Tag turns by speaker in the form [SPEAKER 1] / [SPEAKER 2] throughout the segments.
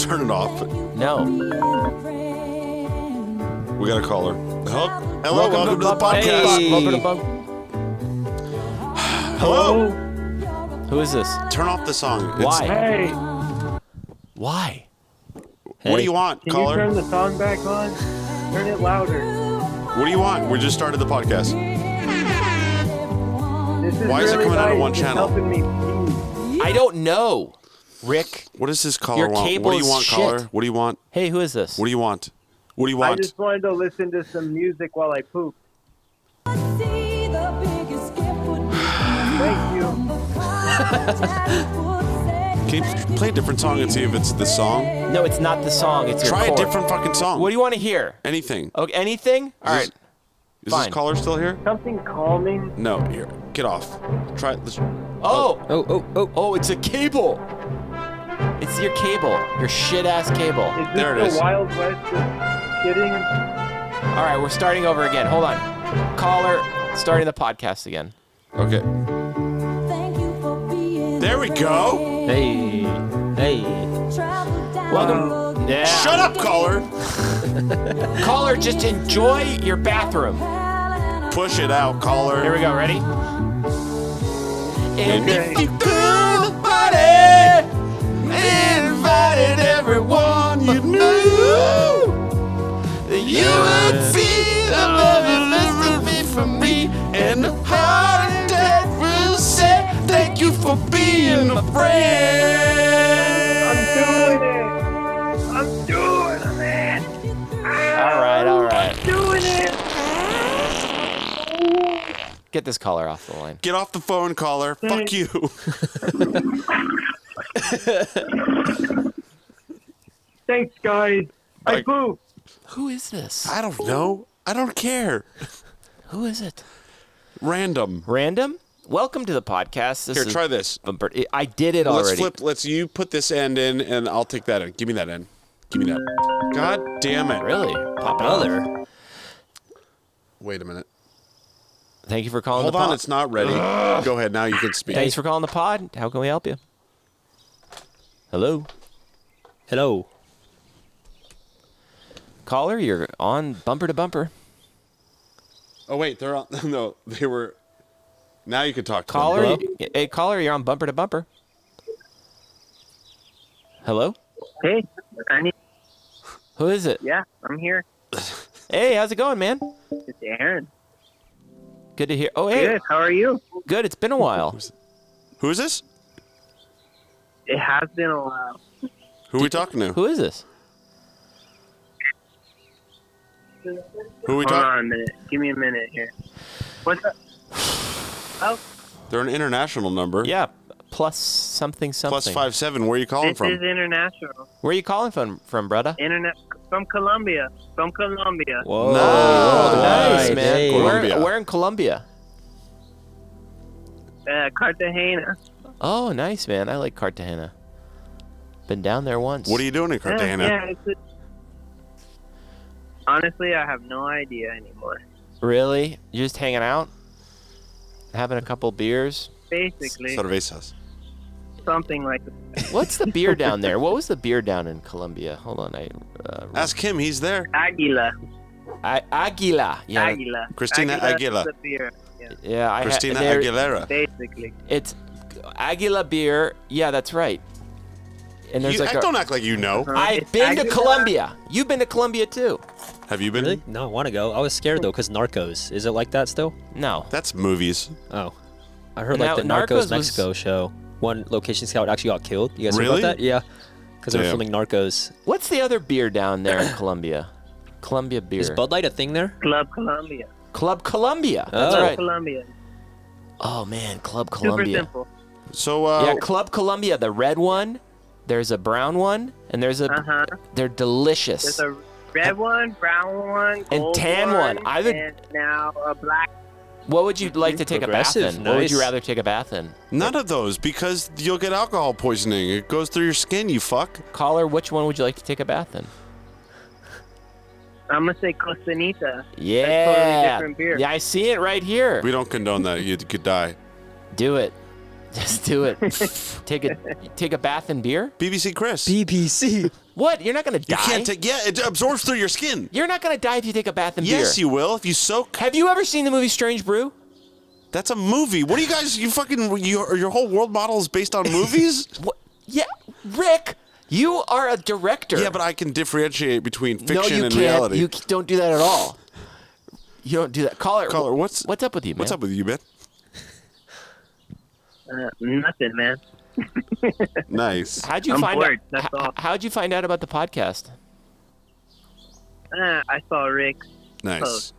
[SPEAKER 1] turn it off.
[SPEAKER 2] No.
[SPEAKER 1] We got to call her. Hello, hello welcome, to the
[SPEAKER 2] Bump-
[SPEAKER 1] podcast.
[SPEAKER 2] Hey. Welcome to
[SPEAKER 1] Hello.
[SPEAKER 2] Bump- Who is this?
[SPEAKER 1] Turn off the song. It's-
[SPEAKER 2] Why?
[SPEAKER 3] Hey,
[SPEAKER 2] Why?
[SPEAKER 1] What do
[SPEAKER 2] Hey.
[SPEAKER 1] you want,
[SPEAKER 3] can you turn
[SPEAKER 1] caller?
[SPEAKER 3] the song back on? Turn it louder.
[SPEAKER 1] What do you want? We just started the podcast.
[SPEAKER 3] This is
[SPEAKER 1] Why is it
[SPEAKER 3] really
[SPEAKER 1] coming out of
[SPEAKER 3] nice.
[SPEAKER 1] one
[SPEAKER 3] It's
[SPEAKER 1] channel?
[SPEAKER 3] Helping me pee.
[SPEAKER 2] I don't know. Rick.
[SPEAKER 1] What does this caller
[SPEAKER 2] Your
[SPEAKER 1] want?
[SPEAKER 2] cable
[SPEAKER 1] What do you
[SPEAKER 2] is
[SPEAKER 1] want,
[SPEAKER 2] shit.
[SPEAKER 1] caller? What do you want?
[SPEAKER 2] Hey, who is this?
[SPEAKER 1] What do you want? What do you
[SPEAKER 3] I
[SPEAKER 1] want?
[SPEAKER 3] just wanted to listen to some music while I poop. Thank you.
[SPEAKER 1] Can you play a different song and see if it's the song?
[SPEAKER 2] no, it's not the song. It's your
[SPEAKER 1] Try a
[SPEAKER 2] chord.
[SPEAKER 1] different fucking song.
[SPEAKER 2] What do you want to hear?
[SPEAKER 1] Anything.
[SPEAKER 2] Okay, anything? All
[SPEAKER 1] Is
[SPEAKER 2] right.
[SPEAKER 1] this- Is
[SPEAKER 2] fine.
[SPEAKER 1] this caller still here?
[SPEAKER 3] Something calming.
[SPEAKER 1] No. Here, get off. Try. Let's,
[SPEAKER 2] Oh,
[SPEAKER 4] Oh, oh, oh.
[SPEAKER 2] oh, it's a cable. It's your cable. Your shit ass cable.
[SPEAKER 3] Is this
[SPEAKER 1] There it
[SPEAKER 3] the
[SPEAKER 1] is.
[SPEAKER 3] Wild West of kidding?
[SPEAKER 2] All right, we're starting over again. Hold on. Caller, starting the podcast again.
[SPEAKER 1] okay. There we go.
[SPEAKER 4] Hey. Hey.
[SPEAKER 2] Welcome. Yeah.
[SPEAKER 1] Shut up, caller.
[SPEAKER 2] Caller, just enjoy your bathroom.
[SPEAKER 1] Push it out, caller.
[SPEAKER 2] Here we go. Ready? And
[SPEAKER 3] Okay.
[SPEAKER 2] if you could the party, invited everyone you knew, then you would see the love is meant to be for me. And the heart and death will say thank you for being a friend.
[SPEAKER 3] I'm doing it. I'm doing it.
[SPEAKER 2] All right, all right.
[SPEAKER 3] Doing it.
[SPEAKER 2] Get this caller off the line.
[SPEAKER 1] Get off the phone, caller. Fuck you.
[SPEAKER 3] Thanks, guys. I
[SPEAKER 1] Like-
[SPEAKER 3] pooped.
[SPEAKER 2] Who is this?
[SPEAKER 1] I don't know. I don't care.
[SPEAKER 2] Who is it?
[SPEAKER 1] Random.
[SPEAKER 2] Random. Welcome to the podcast. This
[SPEAKER 1] Here,
[SPEAKER 2] is
[SPEAKER 1] try this.
[SPEAKER 2] Bumper. I did it
[SPEAKER 1] Let's
[SPEAKER 2] already.
[SPEAKER 1] flip. Let's you put this end in, and I'll take that in. Give me that end. Give me that. God damn it!
[SPEAKER 2] Really? Pop
[SPEAKER 4] Brother.
[SPEAKER 1] Wait a minute.
[SPEAKER 2] Thank you for calling
[SPEAKER 1] Hold
[SPEAKER 2] the pod.
[SPEAKER 1] on, it's not ready. Go ahead. Now you can speak.
[SPEAKER 2] Thanks for calling the pod. How can we help you? Hello?
[SPEAKER 4] Hello.
[SPEAKER 2] Caller, you're on bumper to bumper.
[SPEAKER 1] Oh wait, they're on. No, they were. Now you can talk to them.
[SPEAKER 2] Caller,
[SPEAKER 4] Hello?
[SPEAKER 2] y- hey, caller, you're on bumper to bumper. Hello?
[SPEAKER 5] Hey, I need.
[SPEAKER 2] Who is it?
[SPEAKER 5] Yeah, I'm here.
[SPEAKER 2] Hey, how's it going, man?
[SPEAKER 5] It's Aaron.
[SPEAKER 2] Good to hear. Oh, hey.
[SPEAKER 5] Good. How are you?
[SPEAKER 2] Good. It's been a while.
[SPEAKER 1] Who is this?
[SPEAKER 5] It has been a while.
[SPEAKER 1] Who are we talking to?
[SPEAKER 2] Who is this?
[SPEAKER 1] Who are we
[SPEAKER 5] Hold
[SPEAKER 1] talking?
[SPEAKER 5] on a minute. Give me a minute here. What's up? Oh,
[SPEAKER 1] They're an international number.
[SPEAKER 2] Yeah. Plus something something.
[SPEAKER 1] Plus five seven. Where are you calling
[SPEAKER 5] this is
[SPEAKER 1] from?
[SPEAKER 5] international.
[SPEAKER 2] Where are you calling from, from brother?
[SPEAKER 5] Internet from Colombia. From Colombia.
[SPEAKER 4] Whoa.
[SPEAKER 1] Nice.
[SPEAKER 2] Oh, nice,
[SPEAKER 4] Nice,
[SPEAKER 2] man.
[SPEAKER 4] hey.
[SPEAKER 2] Where,
[SPEAKER 1] Colombia.
[SPEAKER 2] where in Colombia?
[SPEAKER 5] Uh, Cartagena.
[SPEAKER 2] Oh, nice, man. I like Cartagena. Been down there once.
[SPEAKER 1] What are you doing in
[SPEAKER 5] Yeah,
[SPEAKER 1] Cartagena?
[SPEAKER 5] Yeah, it's a... Honestly, I have no idea anymore.
[SPEAKER 2] Really? You're just hanging out? Having a couple beers?
[SPEAKER 5] Basically,
[SPEAKER 1] Cervezas.
[SPEAKER 5] something like
[SPEAKER 2] What's the beer down there? What was the beer down in Colombia? Hold on, I. Uh,
[SPEAKER 1] Ask him. He's there.
[SPEAKER 5] Aguila.
[SPEAKER 2] I Aguila. Yeah,
[SPEAKER 5] Aguila.
[SPEAKER 1] Christina Aguila.
[SPEAKER 5] Aguila's the beer. Yeah,
[SPEAKER 2] yeah. I ha-
[SPEAKER 1] Christina
[SPEAKER 2] there-
[SPEAKER 1] Aguilera.
[SPEAKER 5] basically.
[SPEAKER 2] It's Aguila beer. Yeah, that's right. And there's
[SPEAKER 1] You-
[SPEAKER 2] like
[SPEAKER 1] act-
[SPEAKER 2] a-
[SPEAKER 1] don't act like you know.
[SPEAKER 2] I've
[SPEAKER 5] It's
[SPEAKER 2] been to
[SPEAKER 5] Aguila.
[SPEAKER 2] Colombia. You've been to Colombia too.
[SPEAKER 1] Have you been?
[SPEAKER 4] Really?
[SPEAKER 2] Mm-hmm.
[SPEAKER 4] No, I want to go. I was scared though, cause Narcos. Is it like that still?
[SPEAKER 2] No.
[SPEAKER 1] That's movies.
[SPEAKER 4] Oh, I heard
[SPEAKER 2] Now,
[SPEAKER 4] like the
[SPEAKER 2] Narcos
[SPEAKER 4] Narcos,
[SPEAKER 2] was-
[SPEAKER 4] Mexico show. One location scout actually got killed. You guys heard
[SPEAKER 1] Really?
[SPEAKER 4] about that? Yeah, because they were
[SPEAKER 1] Damn.
[SPEAKER 4] filming Narcos.
[SPEAKER 2] What's the other beer down there in Colombia? Colombia beer.
[SPEAKER 4] Is Bud Light a thing there?
[SPEAKER 5] Club Colombia.
[SPEAKER 2] Club Colombia. That's
[SPEAKER 4] Oh.
[SPEAKER 2] right.
[SPEAKER 5] Colombia.
[SPEAKER 2] Oh man, Club
[SPEAKER 5] Super
[SPEAKER 2] Colombia.
[SPEAKER 5] simple.
[SPEAKER 1] So uh,
[SPEAKER 2] Yeah, Club Columbia, the red one. There's a brown one, and there's a.
[SPEAKER 5] Uh huh.
[SPEAKER 2] They're delicious.
[SPEAKER 5] There's a red one, brown one,
[SPEAKER 2] And
[SPEAKER 5] gold
[SPEAKER 2] tan one. I would-
[SPEAKER 5] and now a black.
[SPEAKER 2] what would you
[SPEAKER 5] Mm-hmm.
[SPEAKER 2] like to take a bath in?
[SPEAKER 4] Progressive,
[SPEAKER 2] What would you
[SPEAKER 4] nice.
[SPEAKER 2] rather take a bath in?
[SPEAKER 1] none of those because you'll get alcohol poisoning. It goes through your skin. You fuck.
[SPEAKER 2] Caller, which one would you like to take a bath in?
[SPEAKER 5] I'm gonna say Costanita.
[SPEAKER 2] Yeah.
[SPEAKER 5] That's totally different beer.
[SPEAKER 2] Yeah, I see it right here.
[SPEAKER 1] We don't condone that. You could die.
[SPEAKER 2] Do it. Just do it. take a take a bath in beer.
[SPEAKER 1] BBC Chris.
[SPEAKER 4] BBC.
[SPEAKER 2] What? You're not gonna
[SPEAKER 1] you
[SPEAKER 2] die.
[SPEAKER 1] can't take. Yeah, it absorbs through your skin.
[SPEAKER 2] You're not gonna die if you take a bath in beer.
[SPEAKER 1] Yes, you will if you soak.
[SPEAKER 2] Have you ever seen the movie Strange Brew?
[SPEAKER 1] That's a movie. What do you guys? You fucking. You, your whole world model is based on movies.
[SPEAKER 2] What? Yeah, Rick, you are a director.
[SPEAKER 1] yeah, but I can differentiate between fiction
[SPEAKER 2] no, you
[SPEAKER 1] and
[SPEAKER 2] can't.
[SPEAKER 1] reality.
[SPEAKER 2] You c- don't do that at all. You don't do that. Caller, wh-
[SPEAKER 1] Caller, what's-
[SPEAKER 2] what's up with you, man?
[SPEAKER 1] What's up with you, man?
[SPEAKER 5] Uh, nothing, man.
[SPEAKER 1] Nice.
[SPEAKER 2] How'd you
[SPEAKER 5] I'm
[SPEAKER 2] find
[SPEAKER 5] bored,
[SPEAKER 2] out?
[SPEAKER 5] that's
[SPEAKER 2] h-
[SPEAKER 5] all.
[SPEAKER 2] How'd you find out about the podcast?
[SPEAKER 5] Uh, I saw Rick.
[SPEAKER 1] Nice.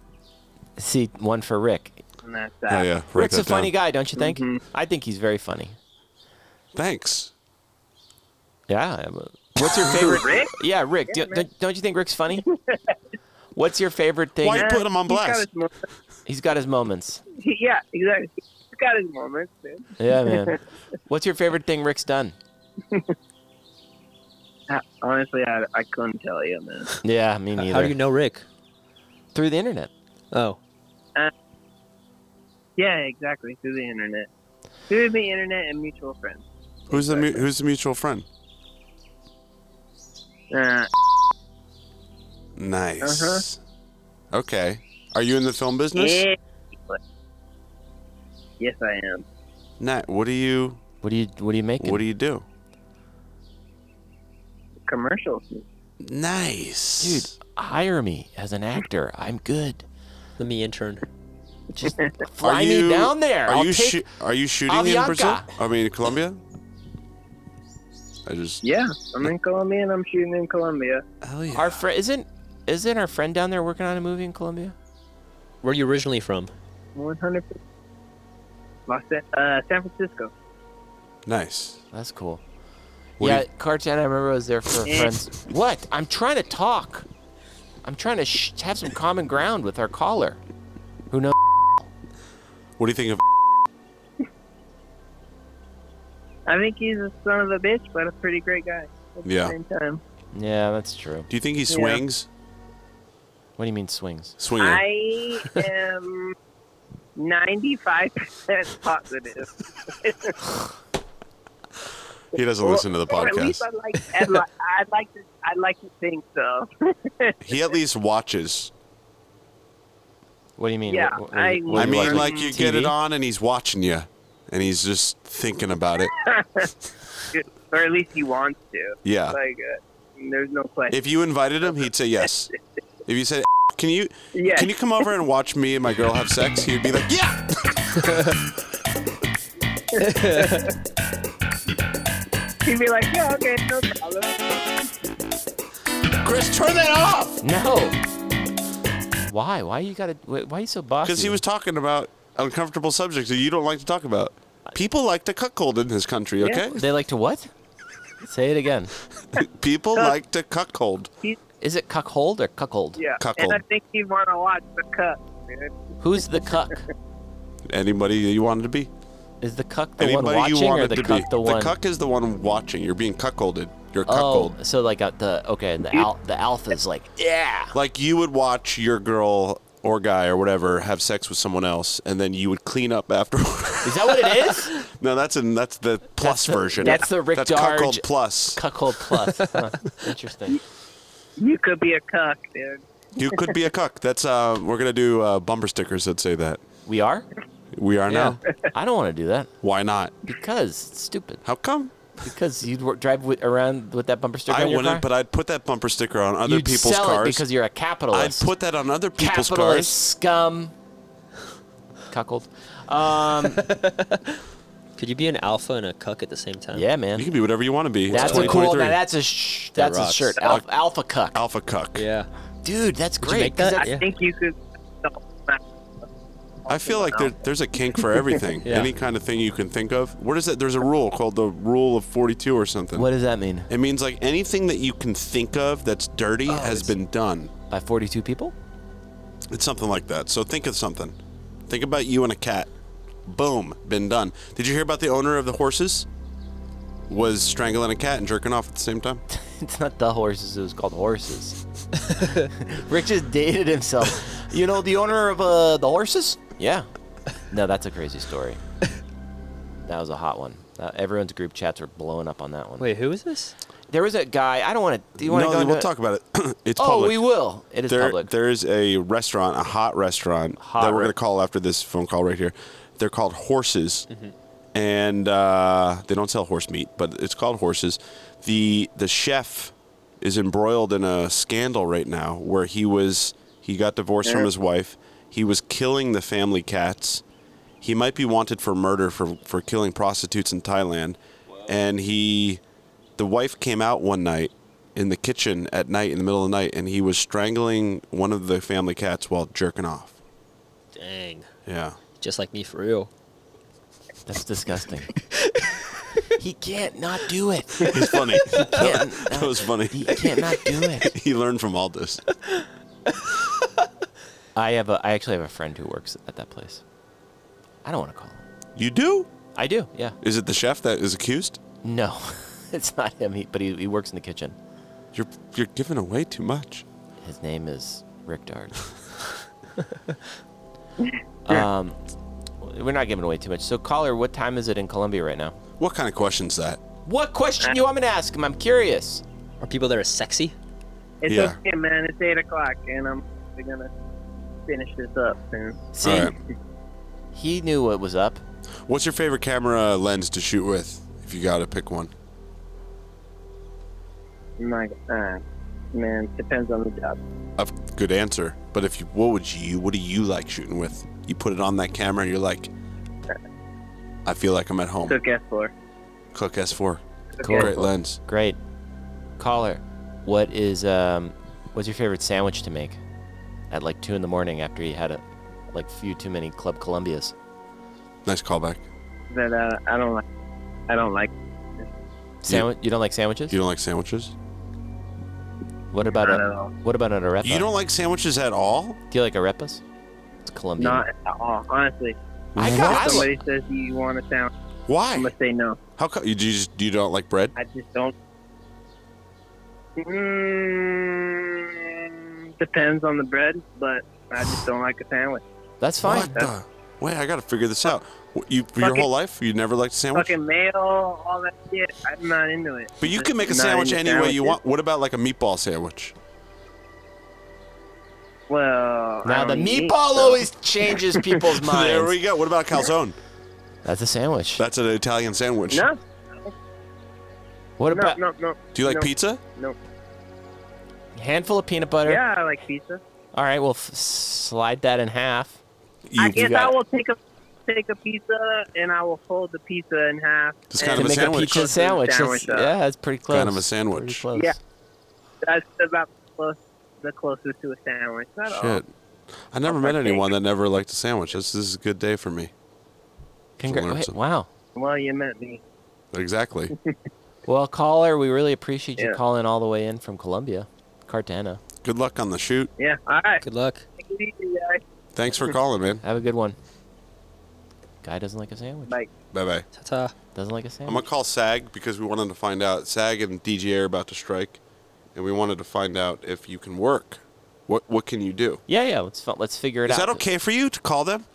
[SPEAKER 2] See, one for Rick.
[SPEAKER 5] And that's
[SPEAKER 1] Oh
[SPEAKER 5] that. uh,
[SPEAKER 1] yeah. write
[SPEAKER 2] Rick's a
[SPEAKER 1] that down.
[SPEAKER 2] funny guy, don't you think?
[SPEAKER 5] Mm-hmm.
[SPEAKER 2] I think he's very funny.
[SPEAKER 1] Thanks.
[SPEAKER 2] Yeah. I'm a- What's your favorite?
[SPEAKER 5] Rick?
[SPEAKER 2] Yeah, Rick. do, don't, don't you think Rick's funny? What's your favorite thing?
[SPEAKER 1] Why-
[SPEAKER 5] Yeah,
[SPEAKER 1] put him on
[SPEAKER 5] he's got
[SPEAKER 1] blast.
[SPEAKER 5] his moments.
[SPEAKER 2] He's got his moments.
[SPEAKER 5] He- yeah, exactly. He's got his moments, man.
[SPEAKER 2] Yeah, man. What's your favorite thing Rick's done?
[SPEAKER 5] Uh, Honestly, I, I couldn't tell you, man.
[SPEAKER 2] Yeah, me neither.
[SPEAKER 4] How do you know Rick?
[SPEAKER 2] Through the internet.
[SPEAKER 4] Oh,
[SPEAKER 5] Yeah, exactly. Through the internet. Through the internet and mutual friends.
[SPEAKER 1] Who's the mu- Who's the mutual friend?
[SPEAKER 5] Uh,
[SPEAKER 1] Uh-huh. Nice. Okay. Are you in the film business?
[SPEAKER 5] yeah. Yes, I am.
[SPEAKER 1] Nat, what do you
[SPEAKER 2] What do you What do you make?
[SPEAKER 1] What do you do?
[SPEAKER 5] Commercials.
[SPEAKER 2] Dude,
[SPEAKER 1] Nice,
[SPEAKER 2] hire me as an actor. I'm good.
[SPEAKER 4] let me intern.
[SPEAKER 2] Fly
[SPEAKER 1] you,
[SPEAKER 2] me down there.
[SPEAKER 1] Are
[SPEAKER 2] I'll
[SPEAKER 1] you
[SPEAKER 2] take-
[SPEAKER 1] shoo- Are you shooting in
[SPEAKER 2] Avianca.
[SPEAKER 1] Brazil? I mean, Colombia. I just
[SPEAKER 5] Yeah, I'm in Colombia and I'm shooting in Colombia.
[SPEAKER 1] hell yeah.
[SPEAKER 2] Our friend isn't isn't our friend down there working on a movie in Colombia?
[SPEAKER 4] Where are you originally from?
[SPEAKER 5] 100%. Los, uh, San Francisco.
[SPEAKER 1] nice.
[SPEAKER 2] That's cool.
[SPEAKER 1] What do
[SPEAKER 2] yeah,
[SPEAKER 1] you-
[SPEAKER 2] Cartan. I remember I was there for
[SPEAKER 5] Eh.
[SPEAKER 2] friends. What? I'm trying to talk. I'm trying to sh- have some common ground with our caller. Who knows?
[SPEAKER 1] What do you think of?
[SPEAKER 5] I think he's a son of a bitch, but a pretty great guy. At
[SPEAKER 1] Yeah.
[SPEAKER 5] The same time.
[SPEAKER 2] Yeah, that's true.
[SPEAKER 1] Do you think he
[SPEAKER 5] Yeah.
[SPEAKER 1] swings?
[SPEAKER 2] What do you mean swings?
[SPEAKER 1] Swinger.
[SPEAKER 5] I am 95% positive.
[SPEAKER 1] he doesn't listen to the
[SPEAKER 5] Or at least
[SPEAKER 1] podcast.
[SPEAKER 5] I'd like, I'd, li- I'd like to, I'd like to think so.
[SPEAKER 1] He at least watches.
[SPEAKER 2] What do you mean?
[SPEAKER 5] Yeah,
[SPEAKER 2] What- what- what
[SPEAKER 5] I-
[SPEAKER 2] do you
[SPEAKER 1] I mean,
[SPEAKER 2] watch,
[SPEAKER 1] like you get
[SPEAKER 2] TV?
[SPEAKER 1] it on, and he's watching you, and he's just thinking about it.
[SPEAKER 5] or at least he wants to.
[SPEAKER 1] Yeah.
[SPEAKER 5] Like, uh, there's no question.
[SPEAKER 1] If you invited him, he'd say yes. If you said, "Can you
[SPEAKER 5] yeah.
[SPEAKER 1] can you come over and watch me and my girl have sex?" He'd be like, "Yeah."
[SPEAKER 5] He'd be like, yeah, okay, no problem.
[SPEAKER 1] Chris, turn that off.
[SPEAKER 2] No. Why? Why you gotta? Why why you so bossy?
[SPEAKER 1] Because he was talking about uncomfortable subjects that you don't like to talk about. People like to cuckold in this country, okay?
[SPEAKER 2] They like to what? Say it again.
[SPEAKER 1] People like to cuckold.
[SPEAKER 2] Is it cuckold or cuckold?
[SPEAKER 5] Yeah.
[SPEAKER 1] Cuckold.
[SPEAKER 5] And I think he'd want to watch the cup, dude.
[SPEAKER 2] Who's the cuck?
[SPEAKER 1] Anybody you wanted to be.
[SPEAKER 2] Is the cuck the one
[SPEAKER 1] Anybody you
[SPEAKER 2] watching or
[SPEAKER 1] wanted
[SPEAKER 2] the
[SPEAKER 1] to
[SPEAKER 2] cuck
[SPEAKER 1] be.
[SPEAKER 2] the one?
[SPEAKER 1] cuck is the one watching. You're being cuckolded. You're
[SPEAKER 2] oh,
[SPEAKER 1] cuckold.
[SPEAKER 2] so like uh, the okay, the al- the alpha's like yeah.
[SPEAKER 1] Like you would watch your girl or guy or whatever have sex with someone else, and then you would clean up afterwards.
[SPEAKER 2] Is that what it is?
[SPEAKER 1] no, that's in that's the plus
[SPEAKER 2] the-
[SPEAKER 1] version.
[SPEAKER 2] that's the Rick
[SPEAKER 1] That's
[SPEAKER 2] Darge-
[SPEAKER 1] cuckold plus.
[SPEAKER 2] cuckold plus. Huh, Interesting.
[SPEAKER 5] You could be a cuck, dude.
[SPEAKER 1] you could be a cuck. That's uh, we're gonna do uh, bumper stickers that say that.
[SPEAKER 2] We are.
[SPEAKER 1] We are now.
[SPEAKER 2] I don't want to do that
[SPEAKER 1] Why not?
[SPEAKER 2] because it's stupid.
[SPEAKER 1] How come?
[SPEAKER 2] Because you'd wor- drive with, around with that bumper sticker.
[SPEAKER 1] I
[SPEAKER 2] on your
[SPEAKER 1] wouldn't,
[SPEAKER 2] car?
[SPEAKER 1] but I'd put that bumper sticker on other
[SPEAKER 2] You'd
[SPEAKER 1] people's
[SPEAKER 2] sell
[SPEAKER 1] cars.
[SPEAKER 2] it because you're a
[SPEAKER 1] I'd
[SPEAKER 2] capitalist.
[SPEAKER 1] put that on other people's
[SPEAKER 2] capitalist scum. Cuckold.
[SPEAKER 4] Could you be an alpha and a cuck at the same time?
[SPEAKER 2] Yeah,
[SPEAKER 1] cars. You
[SPEAKER 2] man.
[SPEAKER 1] can be whatever you want to be. it's
[SPEAKER 2] That's a cool.
[SPEAKER 1] 2023.
[SPEAKER 2] Now that's a sh- that's a
[SPEAKER 4] rocks.
[SPEAKER 2] shirt. Alpha, alpha cuck.
[SPEAKER 1] Alpha cuck.
[SPEAKER 4] Yeah.
[SPEAKER 2] Dude, that's
[SPEAKER 4] you
[SPEAKER 2] great.
[SPEAKER 4] make
[SPEAKER 2] 'cause
[SPEAKER 4] that?
[SPEAKER 2] that's-
[SPEAKER 5] I
[SPEAKER 4] Yeah.
[SPEAKER 5] think you could.
[SPEAKER 1] I feel like there, there's a kink for everything.
[SPEAKER 4] Yeah.
[SPEAKER 1] Any kind of thing you can think of. What is it? There's a rule called the Rule of 42 or something.
[SPEAKER 2] What does that mean?
[SPEAKER 1] It means like anything that you can think of that's dirty
[SPEAKER 2] Oh,
[SPEAKER 1] has been done.
[SPEAKER 2] By 42 people?
[SPEAKER 1] It's something like that. So think of something. Think about you and a cat. Boom, been done. Did you hear about the owner of the horses? Was strangling a cat and jerking off at the same time.
[SPEAKER 2] It's not the horses, it was called horses. Rick just dated himself. You know the owner of uh, the horses? Yeah. No, that's a crazy story. That was a hot one. Uh, everyone's group chats were blowing up on that one.
[SPEAKER 4] Wait, who is this?
[SPEAKER 2] There was a guy. I don't want to. Do you want
[SPEAKER 1] no,
[SPEAKER 2] to go? into
[SPEAKER 1] we'll
[SPEAKER 2] it?
[SPEAKER 1] talk about it. it's
[SPEAKER 2] Oh,
[SPEAKER 1] public.
[SPEAKER 2] we will. It is
[SPEAKER 1] there,
[SPEAKER 2] public.
[SPEAKER 1] There is a restaurant, a hot restaurant
[SPEAKER 2] Hot
[SPEAKER 1] that we're
[SPEAKER 2] re-
[SPEAKER 1] going to call after this phone call right here. They're called Horses, and uh, they don't sell horse meat, but it's called Horses. the The chef is embroiled in a scandal right now where he was he got divorced from
[SPEAKER 5] Yeah.
[SPEAKER 1] his wife. He was killing the family cats. He might be wanted for murder for for killing prostitutes in Thailand, and he the wife came out one night in the kitchen at night in the middle of the night and he was strangling one of the family cats while jerking off
[SPEAKER 4] Dang.
[SPEAKER 1] yeah
[SPEAKER 4] Just like me for real.
[SPEAKER 2] That's disgusting. he can't not do it.
[SPEAKER 1] he's funny
[SPEAKER 2] Can't,
[SPEAKER 1] that was funny
[SPEAKER 2] he can't not do it.
[SPEAKER 1] he learned from all this
[SPEAKER 2] I have a. I actually have a friend who works at that place. I don't want to call him.
[SPEAKER 1] you do
[SPEAKER 2] I do. Yeah.
[SPEAKER 1] is it the chef that is accused
[SPEAKER 2] No, it's not him. He, but he, he works in the kitchen.
[SPEAKER 1] you're you're giving away too much
[SPEAKER 2] His name is Rick Dard. um, we're not giving away too much. So, caller, what time is it in Colombia right now?
[SPEAKER 1] what kind of question's that
[SPEAKER 2] What question you want me to ask him? I'm curious.
[SPEAKER 4] Are people that are sexy?
[SPEAKER 5] It's
[SPEAKER 1] Yeah.
[SPEAKER 5] okay, man. It's eight o'clock, and I'm gonna finish this up soon.
[SPEAKER 2] See,
[SPEAKER 1] All right.
[SPEAKER 2] he knew what was up.
[SPEAKER 1] what's your favorite camera lens to shoot with if you gotta pick one
[SPEAKER 5] I'm like, uh, man, depends on the job.
[SPEAKER 1] a good answer but if you what would you what do you like shooting with you put it on that camera and you're like i feel like i'm at home
[SPEAKER 5] Took S four.
[SPEAKER 1] cook s4
[SPEAKER 2] Cool.
[SPEAKER 1] great lens
[SPEAKER 2] Great, caller. What is um, what's your favorite sandwich to make? At like two in the morning after he had a like few too many Club Columbias.
[SPEAKER 1] Nice callback.
[SPEAKER 5] But uh, I don't like. I don't like.
[SPEAKER 2] Sandwich? You don't like sandwiches?
[SPEAKER 1] You don't like sandwiches?
[SPEAKER 2] What
[SPEAKER 1] uh,
[SPEAKER 2] about
[SPEAKER 5] Not at all.
[SPEAKER 2] a, what about an arepa?
[SPEAKER 1] You don't like sandwiches at all?
[SPEAKER 2] Do you like arepas? It's Colombian.
[SPEAKER 5] Not at all. Honestly,
[SPEAKER 2] I got.
[SPEAKER 5] if
[SPEAKER 2] I,
[SPEAKER 5] somebody says you want a sandwich, I'm
[SPEAKER 1] Why?
[SPEAKER 5] gonna say no.
[SPEAKER 1] How come you you just you don't like bread?
[SPEAKER 5] I just don't. Mm, depends on the bread, but I just don't like a sandwich.
[SPEAKER 2] that's fine.
[SPEAKER 1] What the? Wait, I gotta figure this out. What, You for your
[SPEAKER 5] Fucking-
[SPEAKER 1] whole life you never liked a sandwich,
[SPEAKER 5] Fucking mayo, all that shit. I'm not into it.
[SPEAKER 1] but you
[SPEAKER 5] Just
[SPEAKER 1] can make a
[SPEAKER 5] not
[SPEAKER 1] sandwich
[SPEAKER 5] into
[SPEAKER 1] any way you
[SPEAKER 5] sandwiches.
[SPEAKER 1] want. What about like a meatball sandwich?
[SPEAKER 5] Well, I
[SPEAKER 2] Now the
[SPEAKER 5] don't eat meat,
[SPEAKER 2] meatball
[SPEAKER 5] so-
[SPEAKER 2] always changes people's
[SPEAKER 1] There
[SPEAKER 2] minds.
[SPEAKER 1] we go. What about calzone?
[SPEAKER 2] That's a sandwich.
[SPEAKER 1] That's an Italian sandwich.
[SPEAKER 5] No,
[SPEAKER 2] what
[SPEAKER 5] no,
[SPEAKER 2] about
[SPEAKER 5] no, no.
[SPEAKER 1] Do you like
[SPEAKER 5] no,
[SPEAKER 1] pizza?
[SPEAKER 5] No.
[SPEAKER 2] handful of peanut butter?
[SPEAKER 5] Yeah, I like pizza.
[SPEAKER 2] All right, we'll f- slide that in half.
[SPEAKER 1] You,
[SPEAKER 5] I guess
[SPEAKER 2] got
[SPEAKER 5] I
[SPEAKER 2] it.
[SPEAKER 5] will take a take a pizza and I will fold the pizza in half.
[SPEAKER 1] Just
[SPEAKER 5] and
[SPEAKER 1] Kind of
[SPEAKER 2] to
[SPEAKER 1] a
[SPEAKER 2] make
[SPEAKER 1] sandwich.
[SPEAKER 2] a pizza sandwich.
[SPEAKER 5] Sandwich,
[SPEAKER 2] that's-
[SPEAKER 5] uh,
[SPEAKER 2] yeah, that's pretty close.
[SPEAKER 1] Kind of a
[SPEAKER 2] Pretty
[SPEAKER 1] sandwich.
[SPEAKER 2] close.
[SPEAKER 5] Yeah. that's about close, the closest to a sandwich. Not all.
[SPEAKER 1] Shit. I never met anyone that never liked a sandwich. This, this is a good day for me.
[SPEAKER 2] Congra-
[SPEAKER 1] Learn
[SPEAKER 2] wait,
[SPEAKER 1] something.
[SPEAKER 2] wow.
[SPEAKER 5] Well, you met me.
[SPEAKER 1] Exactly.
[SPEAKER 2] Well, caller, we really appreciate you
[SPEAKER 5] Yeah.
[SPEAKER 2] calling all the way in from Colombia, Cartagena.
[SPEAKER 1] good luck on the shoot.
[SPEAKER 5] Yeah. All right.
[SPEAKER 4] Good luck.
[SPEAKER 5] Take it easy, guys.
[SPEAKER 1] Thanks for calling, man.
[SPEAKER 2] Have a good one. Guy doesn't like a sandwich.
[SPEAKER 5] Like,
[SPEAKER 1] Bye bye.
[SPEAKER 4] Ta ta.
[SPEAKER 2] Doesn't like a
[SPEAKER 1] I'm
[SPEAKER 2] sandwich.
[SPEAKER 1] gonna call SAG because we wanted to find out. SAG and DJ are about to strike, and we wanted to find out if you can work. What what can you do?
[SPEAKER 2] yeah, yeah. Let's fi- let's figure it
[SPEAKER 1] Is
[SPEAKER 2] out.
[SPEAKER 1] that okay for you to call them?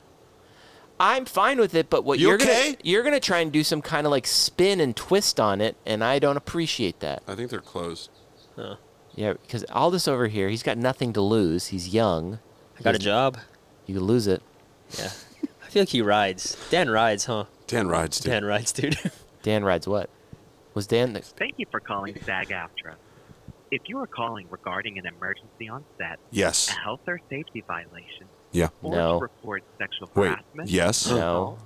[SPEAKER 2] I'm fine with it, but what
[SPEAKER 1] You
[SPEAKER 2] you are
[SPEAKER 1] okay?
[SPEAKER 2] gonna you're gonna try and do some kind of like spin and twist on it, and I don't appreciate that.
[SPEAKER 1] I think they're closed.
[SPEAKER 2] Yeah, because Aldous over here, he's got nothing to lose. He's young.
[SPEAKER 4] I got a job.
[SPEAKER 2] You could lose it.
[SPEAKER 4] Yeah. I feel like he rides. Dan rides, huh?
[SPEAKER 1] Dan rides, dude.
[SPEAKER 4] Dan rides, dude.
[SPEAKER 2] Dan rides what? Was Dan? The,
[SPEAKER 6] Thank you for calling SAG-AFTRA. If you are calling regarding an emergency on set, a
[SPEAKER 1] Yes.
[SPEAKER 6] health or safety violation,
[SPEAKER 1] Yeah.
[SPEAKER 6] or
[SPEAKER 2] No.
[SPEAKER 6] to report sexual
[SPEAKER 1] Wait.
[SPEAKER 6] harassment,
[SPEAKER 1] Yes.
[SPEAKER 2] no.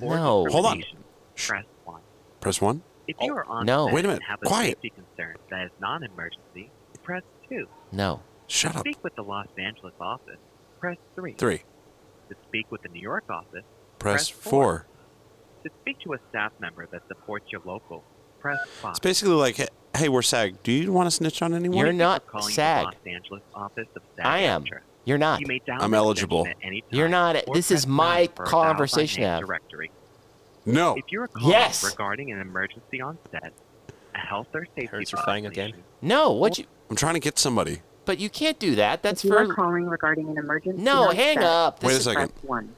[SPEAKER 6] or
[SPEAKER 2] No.
[SPEAKER 1] Hold on.
[SPEAKER 6] discrimination, Press one.
[SPEAKER 1] Press one.
[SPEAKER 6] If you are on
[SPEAKER 2] Oh, No.
[SPEAKER 6] set
[SPEAKER 1] Wait a minute.
[SPEAKER 6] and have a
[SPEAKER 1] Quiet.
[SPEAKER 6] safety concern that is non-emergency, press two.
[SPEAKER 2] No.
[SPEAKER 1] Shut
[SPEAKER 6] To
[SPEAKER 1] up.
[SPEAKER 6] speak with the Los Angeles office, press three.
[SPEAKER 1] Three.
[SPEAKER 6] To speak with the New York office,
[SPEAKER 1] Press
[SPEAKER 6] Press
[SPEAKER 1] four.
[SPEAKER 6] to speak to a staff member that supports your local, press five.
[SPEAKER 1] It's basically like, "Hey- hey, we're SAG. Do you want to snitch on anyone?
[SPEAKER 2] You're not
[SPEAKER 6] Calling the
[SPEAKER 2] SAG.
[SPEAKER 6] Los Angeles office of SAG.
[SPEAKER 2] I am. You're not.
[SPEAKER 6] You may download
[SPEAKER 1] I'm
[SPEAKER 6] the
[SPEAKER 1] eligible.
[SPEAKER 6] extension at any time
[SPEAKER 2] You're not-
[SPEAKER 6] or
[SPEAKER 2] this is
[SPEAKER 6] press
[SPEAKER 2] my
[SPEAKER 6] nine for a dial by
[SPEAKER 2] conversation
[SPEAKER 6] name
[SPEAKER 2] app.
[SPEAKER 6] Directory.
[SPEAKER 1] no.
[SPEAKER 6] If you're calling
[SPEAKER 2] Yes.
[SPEAKER 6] regarding an emergency on set, a health or safety
[SPEAKER 4] Hertz replying again.
[SPEAKER 6] violation,
[SPEAKER 2] No. What you?
[SPEAKER 1] I'm trying to get somebody.
[SPEAKER 2] But you can't do that. That's
[SPEAKER 7] if you are
[SPEAKER 2] for.
[SPEAKER 7] calling regarding an emergency.
[SPEAKER 2] No.
[SPEAKER 7] on
[SPEAKER 2] Hang
[SPEAKER 7] set,
[SPEAKER 2] up.
[SPEAKER 1] Wait
[SPEAKER 2] This
[SPEAKER 1] a
[SPEAKER 2] is-
[SPEAKER 1] second.
[SPEAKER 7] Press one.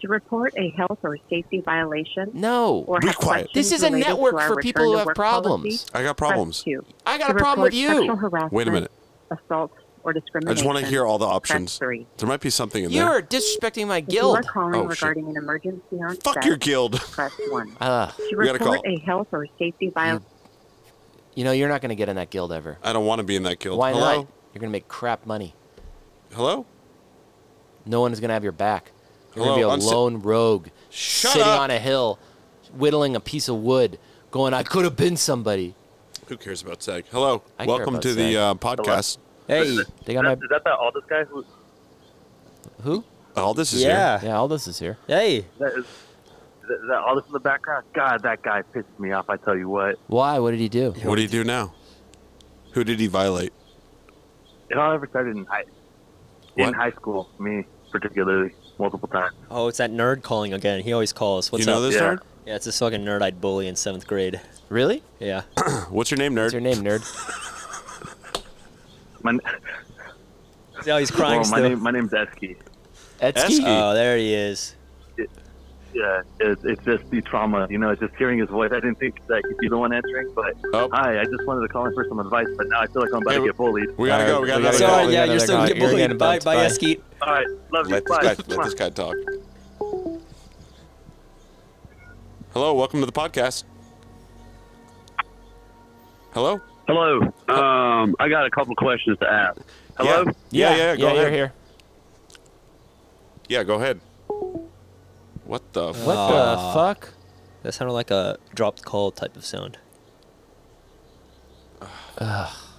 [SPEAKER 7] To report a health or safety violation
[SPEAKER 2] No.
[SPEAKER 7] or
[SPEAKER 1] Be
[SPEAKER 7] have questions
[SPEAKER 1] quiet.
[SPEAKER 2] This is a
[SPEAKER 7] related to
[SPEAKER 2] network
[SPEAKER 7] our
[SPEAKER 2] for people
[SPEAKER 7] return
[SPEAKER 2] who
[SPEAKER 7] to
[SPEAKER 2] have
[SPEAKER 7] work
[SPEAKER 2] problems.
[SPEAKER 7] policy,
[SPEAKER 1] I got
[SPEAKER 7] press
[SPEAKER 1] problems.
[SPEAKER 7] two.
[SPEAKER 2] I got
[SPEAKER 7] To
[SPEAKER 2] a problem with
[SPEAKER 7] report sexual
[SPEAKER 2] you.
[SPEAKER 7] harassment,
[SPEAKER 1] Wait a minute.
[SPEAKER 7] Assault or discrimination.
[SPEAKER 1] I just want to hear all the
[SPEAKER 7] press
[SPEAKER 1] options.
[SPEAKER 7] three.
[SPEAKER 1] There might be something in
[SPEAKER 2] You
[SPEAKER 1] there.
[SPEAKER 2] are disrespecting my
[SPEAKER 7] If you are
[SPEAKER 2] guild.
[SPEAKER 7] calling
[SPEAKER 1] Oh, shit.
[SPEAKER 7] regarding an emergency on
[SPEAKER 1] Fuck
[SPEAKER 7] set,
[SPEAKER 1] your guild.
[SPEAKER 7] press one.
[SPEAKER 2] Uh,
[SPEAKER 7] To
[SPEAKER 1] We got a
[SPEAKER 7] report
[SPEAKER 1] call.
[SPEAKER 7] a health or safety violation.
[SPEAKER 2] you know, you're not going to get in that guild ever.
[SPEAKER 1] I don't want to be in that guild.
[SPEAKER 2] Why
[SPEAKER 1] Hello?
[SPEAKER 2] not? You're going to make crap money.
[SPEAKER 1] Hello?
[SPEAKER 2] No one is going to have your back. You're going to be
[SPEAKER 1] Hello,
[SPEAKER 2] a
[SPEAKER 1] unsi-
[SPEAKER 2] lone rogue
[SPEAKER 1] Shut
[SPEAKER 2] sitting
[SPEAKER 1] up.
[SPEAKER 2] on a hill, whittling a piece of wood, going, I could have been somebody.
[SPEAKER 1] Who cares about SAG? Hello.
[SPEAKER 2] I care
[SPEAKER 1] Welcome
[SPEAKER 2] about
[SPEAKER 1] to the
[SPEAKER 2] SAG.
[SPEAKER 1] uh, podcast.
[SPEAKER 8] Is
[SPEAKER 2] Hey,
[SPEAKER 8] that-
[SPEAKER 2] they
[SPEAKER 8] Is
[SPEAKER 2] got my.
[SPEAKER 8] that, is that that Aldous guy who?
[SPEAKER 2] Who?
[SPEAKER 1] All this is here.
[SPEAKER 8] Yeah.
[SPEAKER 2] Yeah, all this is here.
[SPEAKER 8] Hey. That is, is that, is that Aldous in the background? God, that guy pissed me off. I tell you what.
[SPEAKER 2] Why? What did he do?
[SPEAKER 1] What do you do now? Who did he violate?
[SPEAKER 8] It all ever started in high, in
[SPEAKER 1] What?
[SPEAKER 8] high school. Me particularly, multiple times.
[SPEAKER 4] Oh, it's that nerd calling again. He always calls. What's
[SPEAKER 1] you know
[SPEAKER 4] up?
[SPEAKER 1] this
[SPEAKER 8] Yeah.
[SPEAKER 1] nerd?
[SPEAKER 4] Yeah, it's this fucking nerd I'd bully in seventh grade.
[SPEAKER 2] Really?
[SPEAKER 4] Yeah.
[SPEAKER 1] What's your name, nerd?
[SPEAKER 2] What's your name, nerd?
[SPEAKER 8] My,
[SPEAKER 4] See how he's
[SPEAKER 2] Oh,
[SPEAKER 8] well,
[SPEAKER 4] crying
[SPEAKER 8] my
[SPEAKER 4] still.
[SPEAKER 8] name my name's Esky.
[SPEAKER 2] Etsky?
[SPEAKER 1] Uh,
[SPEAKER 4] Oh, there he is.
[SPEAKER 8] Yeah, it, it's just the trauma. You know, just hearing his voice. I didn't think that he'd be the one answering, but
[SPEAKER 1] Oh.
[SPEAKER 8] hi, I just wanted to call in for some advice. But now I feel like I'm about
[SPEAKER 1] Hey,
[SPEAKER 8] to get bullied.
[SPEAKER 1] we gotta go. We gotta,
[SPEAKER 2] we gotta
[SPEAKER 1] another
[SPEAKER 2] go.
[SPEAKER 1] call.
[SPEAKER 2] Sorry, yeah, you're still getting bullied. Bye, bye,
[SPEAKER 4] Eskeet.
[SPEAKER 8] All right, love you.
[SPEAKER 1] Let this
[SPEAKER 8] Bye.
[SPEAKER 1] guy.
[SPEAKER 8] Come
[SPEAKER 1] Let
[SPEAKER 8] on.
[SPEAKER 1] this guy talk. Hello. Welcome to the podcast. Hello.
[SPEAKER 8] Hello. Um, I got a couple questions to ask. Hello.
[SPEAKER 1] Yeah. Yeah. Yeah. go
[SPEAKER 2] yeah
[SPEAKER 1] ahead.
[SPEAKER 2] you're here.
[SPEAKER 1] Yeah. Go ahead. What the?
[SPEAKER 2] What
[SPEAKER 1] fuck?
[SPEAKER 4] Aw.
[SPEAKER 2] the fuck?
[SPEAKER 4] That sounded like a dropped call type of sound.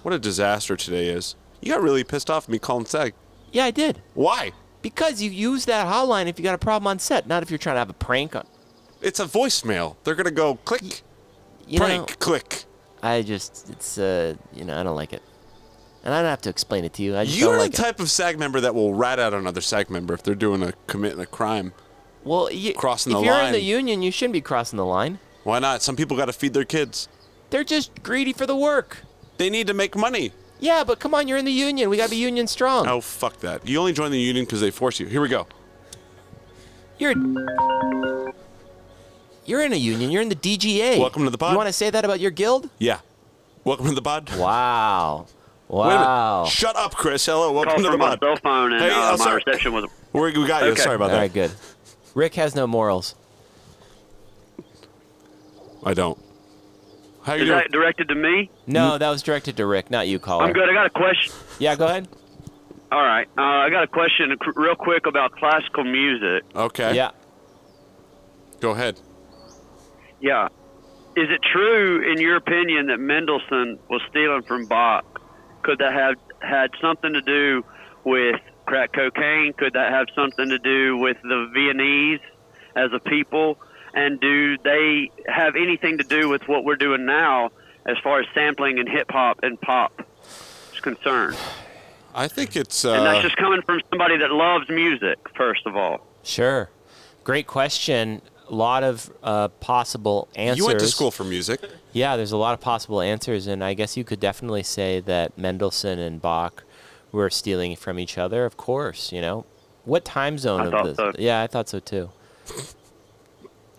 [SPEAKER 1] What a disaster today is. You got really pissed off at me calling Sag.
[SPEAKER 2] Yeah, I did.
[SPEAKER 1] Why?
[SPEAKER 2] Because you use that hotline if you got a problem on set, not if you're trying to have a prank on.
[SPEAKER 1] It's a voicemail. They're gonna go click,
[SPEAKER 2] You
[SPEAKER 1] prank,
[SPEAKER 2] know,
[SPEAKER 1] click.
[SPEAKER 2] I just it's uh you know I don't like it, and I don't have to explain it to you. I just
[SPEAKER 1] You're
[SPEAKER 2] don't like
[SPEAKER 1] the type of SAG member that will rat out another SAG member if they're doing a committing a crime.
[SPEAKER 2] it. Well, you,
[SPEAKER 1] crossing
[SPEAKER 2] if
[SPEAKER 1] the
[SPEAKER 2] you're in the
[SPEAKER 1] line.
[SPEAKER 2] union, you shouldn't be crossing the line.
[SPEAKER 1] Why not? Some people got to feed their kids.
[SPEAKER 2] They're just greedy for the work.
[SPEAKER 1] They need to make money.
[SPEAKER 2] Yeah, but come on, you're in the union. We gotta be union strong.
[SPEAKER 1] Oh fuck that! You only join the union because they force you. Here we go.
[SPEAKER 2] You're you're in a union. You're in the DGA.
[SPEAKER 1] Welcome to the pod.
[SPEAKER 2] You want to say that about your guild?
[SPEAKER 1] Yeah. Welcome to the pod.
[SPEAKER 2] Wow,
[SPEAKER 1] Wait a minute.
[SPEAKER 2] wow.
[SPEAKER 1] Shut up, Chris. Hello.
[SPEAKER 9] call
[SPEAKER 1] Welcome to the
[SPEAKER 9] from my
[SPEAKER 1] pod.
[SPEAKER 9] cell phone, and
[SPEAKER 1] Hey,
[SPEAKER 9] uh,
[SPEAKER 1] I'm
[SPEAKER 9] my
[SPEAKER 1] sorry.
[SPEAKER 9] reception was.
[SPEAKER 1] We're, we got you.
[SPEAKER 9] Okay.
[SPEAKER 1] Sorry about
[SPEAKER 2] All
[SPEAKER 1] that.
[SPEAKER 2] right, good. Rick has no morals.
[SPEAKER 1] I don't. How you
[SPEAKER 9] Is
[SPEAKER 1] doing?
[SPEAKER 9] that directed to me?
[SPEAKER 2] No, that was directed to Rick, not you, caller.
[SPEAKER 9] I'm good. I got a question.
[SPEAKER 2] Yeah, go ahead.
[SPEAKER 9] All right, uh, I got a question c- real quick about classical music.
[SPEAKER 1] Okay.
[SPEAKER 2] Yeah.
[SPEAKER 1] Go ahead.
[SPEAKER 9] Yeah, is it true in your opinion that Mendelssohn was stealing from Bach? Could that have had something to do with crack cocaine? Could that have something to do with the Viennese as a people? And do they have anything to do with what we're doing now as far as sampling and hip hop and pop is concerned?
[SPEAKER 1] I think it's.
[SPEAKER 9] And
[SPEAKER 1] Uh,
[SPEAKER 9] that's just coming from somebody that loves music, first of all.
[SPEAKER 2] Sure. Great question. A lot of uh, possible answers.
[SPEAKER 1] you went to school for music.
[SPEAKER 2] Yeah, there's a lot of possible answers, and I guess you could definitely say that Mendelssohn and Bach were stealing from each other. Of course, you know. What time zone
[SPEAKER 9] I
[SPEAKER 2] of
[SPEAKER 9] thought
[SPEAKER 2] this?
[SPEAKER 9] so.
[SPEAKER 2] Yeah, I thought so too.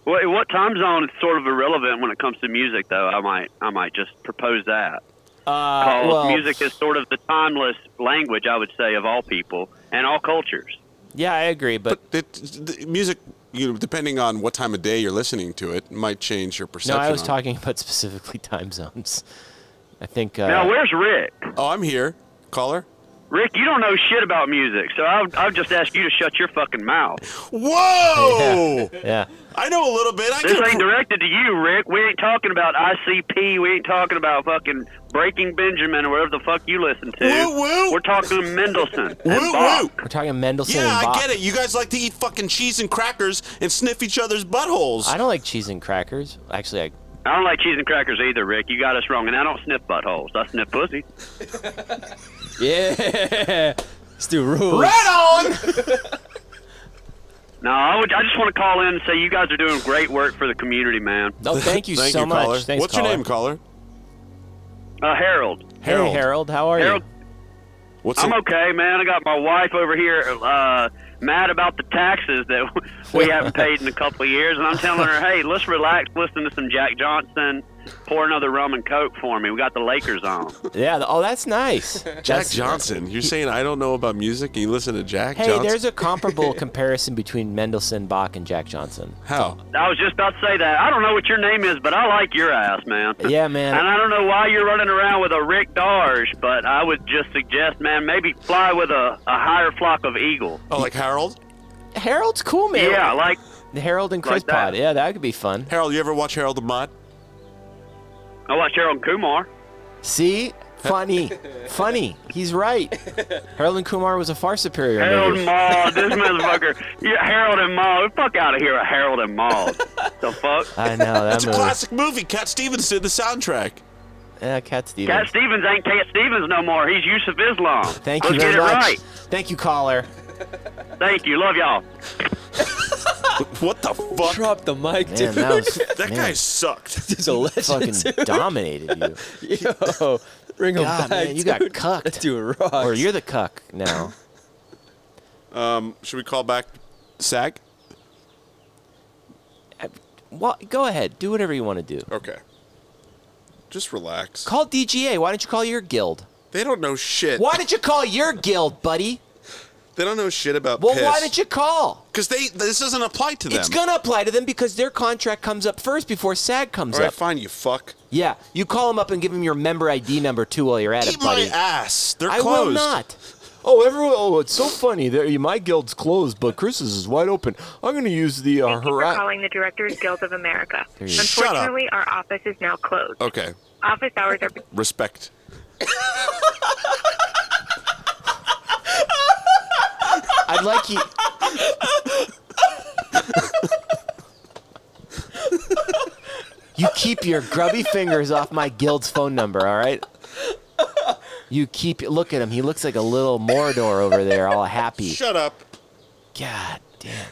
[SPEAKER 9] Well, what time zone is sort of irrelevant when it comes to music, though. I might, I might just propose that.
[SPEAKER 2] Uh,
[SPEAKER 9] Because
[SPEAKER 2] well,
[SPEAKER 9] Oh, music is sort of the timeless language, I would say, of all people and all cultures.
[SPEAKER 2] Yeah, I agree, but,
[SPEAKER 1] But it, the music, you know, depending on what time of day you're listening to it, might change your
[SPEAKER 2] no,
[SPEAKER 1] perception.
[SPEAKER 2] I was
[SPEAKER 1] on it.
[SPEAKER 2] talking about specifically time zones. I think. Uh,
[SPEAKER 9] now, where's Rick?
[SPEAKER 1] Oh, I'm here, caller.
[SPEAKER 9] Rick, you don't know shit about music, so I'll, I'll just ask you to shut your fucking mouth.
[SPEAKER 1] Whoa!
[SPEAKER 2] yeah.
[SPEAKER 1] I know a little bit. I
[SPEAKER 9] This
[SPEAKER 1] can.
[SPEAKER 9] ain't directed to you, Rick. We ain't talking about ICP. We ain't talking about fucking Breaking Benjamin or whatever the fuck you listen to.
[SPEAKER 1] Woo, woo.
[SPEAKER 9] We're talking Mendelssohn. and
[SPEAKER 1] Woo,
[SPEAKER 9] Bach.
[SPEAKER 1] woo.
[SPEAKER 2] We're talking Mendelssohn
[SPEAKER 1] Yeah,
[SPEAKER 2] and Bach.
[SPEAKER 1] I get it. You guys like to eat fucking cheese and crackers and sniff each other's buttholes.
[SPEAKER 2] I don't like cheese and crackers. Actually, I
[SPEAKER 9] I don't like cheese and crackers either, Rick. You got us wrong, and I don't sniff buttholes. I sniff pussy.
[SPEAKER 4] Yeah. Stu rules.
[SPEAKER 9] No, I, would, I just want to call in and say you guys are doing great work for the community, man.
[SPEAKER 2] No, thank you so much.
[SPEAKER 1] Caller.
[SPEAKER 2] Thanks,
[SPEAKER 1] What's
[SPEAKER 2] caller.
[SPEAKER 1] your name, caller?
[SPEAKER 9] Uh, Harold.
[SPEAKER 1] Harold.
[SPEAKER 2] Hey, Harold, how are
[SPEAKER 9] Harold,
[SPEAKER 1] What's
[SPEAKER 9] I'm
[SPEAKER 1] the-
[SPEAKER 9] okay, man. I got my wife over here uh, mad about the taxes that we haven't paid in a couple of years, and I'm telling her, hey, let's relax, listen to some Jack Johnson, pour another rum and coke for me. We got the Lakers on.
[SPEAKER 2] Yeah. th- Oh, that's nice.
[SPEAKER 1] Jack Johnson. You're saying I don't know about music and you listen to Jack
[SPEAKER 2] Hey,
[SPEAKER 1] Johnson?
[SPEAKER 2] there's a comparable comparison between Mendelssohn, Bach, and Jack Johnson.
[SPEAKER 1] How?
[SPEAKER 9] I was just about to say that. I don't know what your name is, but I like your ass, man.
[SPEAKER 2] Yeah, man.
[SPEAKER 9] And I don't know why you're running around with a Rick Darge, but I would just suggest, man, maybe fly with a, a higher flock of eagle.
[SPEAKER 1] Oh, like Harold?
[SPEAKER 2] Harold's cool, man.
[SPEAKER 9] Yeah, like
[SPEAKER 2] The Harold and Chris
[SPEAKER 9] Like that.
[SPEAKER 2] Pod. Yeah, that could be fun.
[SPEAKER 1] Harold, you ever watch Harold the Mod?
[SPEAKER 9] I watched Harold and Kumar.
[SPEAKER 2] See? Funny. Funny. He's right. Harold and Kumar was a far superior
[SPEAKER 9] Harold
[SPEAKER 2] movie.
[SPEAKER 9] Maul, this motherfucker. Yeah, Harold and Maul. Fuck out of here, with Harold and Maul. the fuck?
[SPEAKER 2] I know, that
[SPEAKER 1] That's a
[SPEAKER 2] movie.
[SPEAKER 1] classic movie. Cat Stevens did the soundtrack.
[SPEAKER 2] Yeah, Cat Stevens.
[SPEAKER 9] Cat Stevens ain't Cat Stevens no more. He's Yusuf Islam.
[SPEAKER 2] Thank
[SPEAKER 9] Let's
[SPEAKER 2] you very
[SPEAKER 9] get it
[SPEAKER 2] much.
[SPEAKER 9] right.
[SPEAKER 2] Thank you, caller.
[SPEAKER 9] Thank you. Love y'all.
[SPEAKER 1] What the fuck?
[SPEAKER 4] Drop the mic,
[SPEAKER 2] Man,
[SPEAKER 4] dude.
[SPEAKER 2] that was
[SPEAKER 1] that
[SPEAKER 2] man,
[SPEAKER 1] guy sucked.
[SPEAKER 4] He's a legend.
[SPEAKER 2] fucking
[SPEAKER 4] dude.
[SPEAKER 2] dominated you.
[SPEAKER 4] Yo, bring him
[SPEAKER 2] God,
[SPEAKER 4] back.
[SPEAKER 2] man, you got
[SPEAKER 4] dude.
[SPEAKER 2] cucked.
[SPEAKER 4] That dude rocks.
[SPEAKER 2] Or you're the cuck now.
[SPEAKER 1] Should we call back SAG?
[SPEAKER 2] Well, go ahead. Do whatever you want to do.
[SPEAKER 1] Okay. Just relax.
[SPEAKER 2] Call DGA. Why don't you call your guild?
[SPEAKER 1] They don't know shit.
[SPEAKER 2] Why didn't you call your guild, buddy?
[SPEAKER 1] They don't know shit about
[SPEAKER 2] Well, why didn't you call?
[SPEAKER 1] Because they this doesn't apply to them.
[SPEAKER 2] It's gonna apply to them because their contract comes up first before SAG comes
[SPEAKER 1] All right,
[SPEAKER 2] up.
[SPEAKER 1] fine, you fuck.
[SPEAKER 2] Yeah, you call them up and give them your member ID number too while you're at
[SPEAKER 1] Eat
[SPEAKER 2] it, buddy.
[SPEAKER 1] my ass. They're
[SPEAKER 2] I
[SPEAKER 1] closed.
[SPEAKER 2] will not. Oh, everyone! Oh, it's so funny. There, my guild's closed, but Chris's is wide open. I'm gonna use the uh,
[SPEAKER 10] Thank you for calling the Directors Guild of America.
[SPEAKER 2] There you go.
[SPEAKER 1] Shut up. Oh.
[SPEAKER 10] Unfortunately, our office is now closed.
[SPEAKER 1] Okay.
[SPEAKER 10] Office hours are between
[SPEAKER 1] Respect.
[SPEAKER 2] I'd like you. you keep your grubby fingers off my guild's phone number, all right? You keep. Look at him. He looks like a little Mordor over there, all happy.
[SPEAKER 1] Shut up.
[SPEAKER 2] God damn.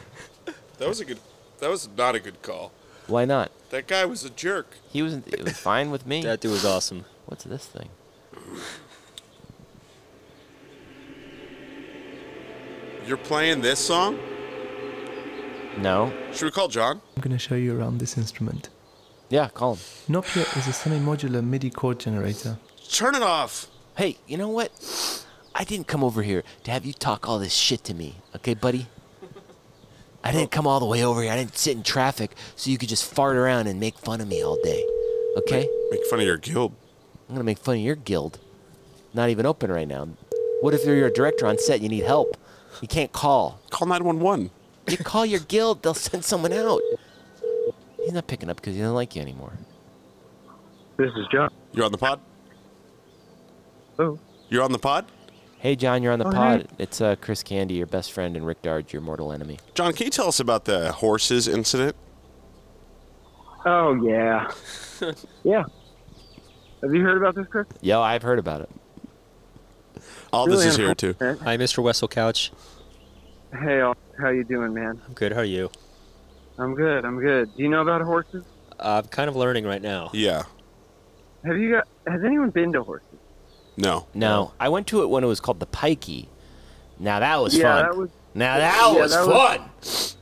[SPEAKER 1] That was a good that was not a good call.
[SPEAKER 2] Why not?
[SPEAKER 1] That guy was a jerk.
[SPEAKER 2] He was, it was fine with me.
[SPEAKER 4] That dude was awesome.
[SPEAKER 2] What's this thing?
[SPEAKER 1] You're playing this song?
[SPEAKER 2] No.
[SPEAKER 1] Should we call John?
[SPEAKER 11] I'm going to show you around this instrument.
[SPEAKER 2] Yeah, call him.
[SPEAKER 11] Nokia is a semi-modular MIDI chord generator.
[SPEAKER 1] Turn it off.
[SPEAKER 2] Hey, you know what? I didn't come over here to have you talk all this shit to me, okay, buddy? I didn't come all the way over here. I didn't sit in traffic so you could just fart around and make fun of me all day, okay?
[SPEAKER 1] Make fun of your guild.
[SPEAKER 2] I'm gonna make fun of your guild. Not even open right now. What if you're a director on set and you need help? You can't call.
[SPEAKER 1] Call 911.
[SPEAKER 2] You call your guild, they'll send someone out. He's not picking up because he doesn't like you anymore.
[SPEAKER 8] This is John.
[SPEAKER 1] You're on the pod?
[SPEAKER 8] Hello.
[SPEAKER 1] You're on the pod?
[SPEAKER 2] Hey, John, you're on the
[SPEAKER 11] Oh,
[SPEAKER 2] pod.
[SPEAKER 11] hey.
[SPEAKER 2] It's uh, Chris Candy, your best friend, and Rick Dard, your mortal enemy.
[SPEAKER 1] John, can you tell us about the horses incident?
[SPEAKER 8] Oh yeah, yeah. Have you heard about this, Chris?
[SPEAKER 2] Yo, I've heard about it.
[SPEAKER 1] All
[SPEAKER 8] Really
[SPEAKER 1] this is here too.
[SPEAKER 8] unfortunate.
[SPEAKER 4] Hi, Mr. Wessel Couch.
[SPEAKER 8] Hey, all- how you doing, man?
[SPEAKER 4] I'm good. How are you?
[SPEAKER 8] I'm good. I'm good. Do you know about horses?
[SPEAKER 4] Uh, I'm kind of learning right now.
[SPEAKER 1] Yeah.
[SPEAKER 8] Have you got? Has anyone been to horses?
[SPEAKER 1] No.
[SPEAKER 2] No, I went to it when it was called the Pikey. Now that was
[SPEAKER 8] yeah,
[SPEAKER 2] fun.
[SPEAKER 8] that was
[SPEAKER 2] now that
[SPEAKER 8] yeah,
[SPEAKER 2] was
[SPEAKER 8] that was-
[SPEAKER 2] fun.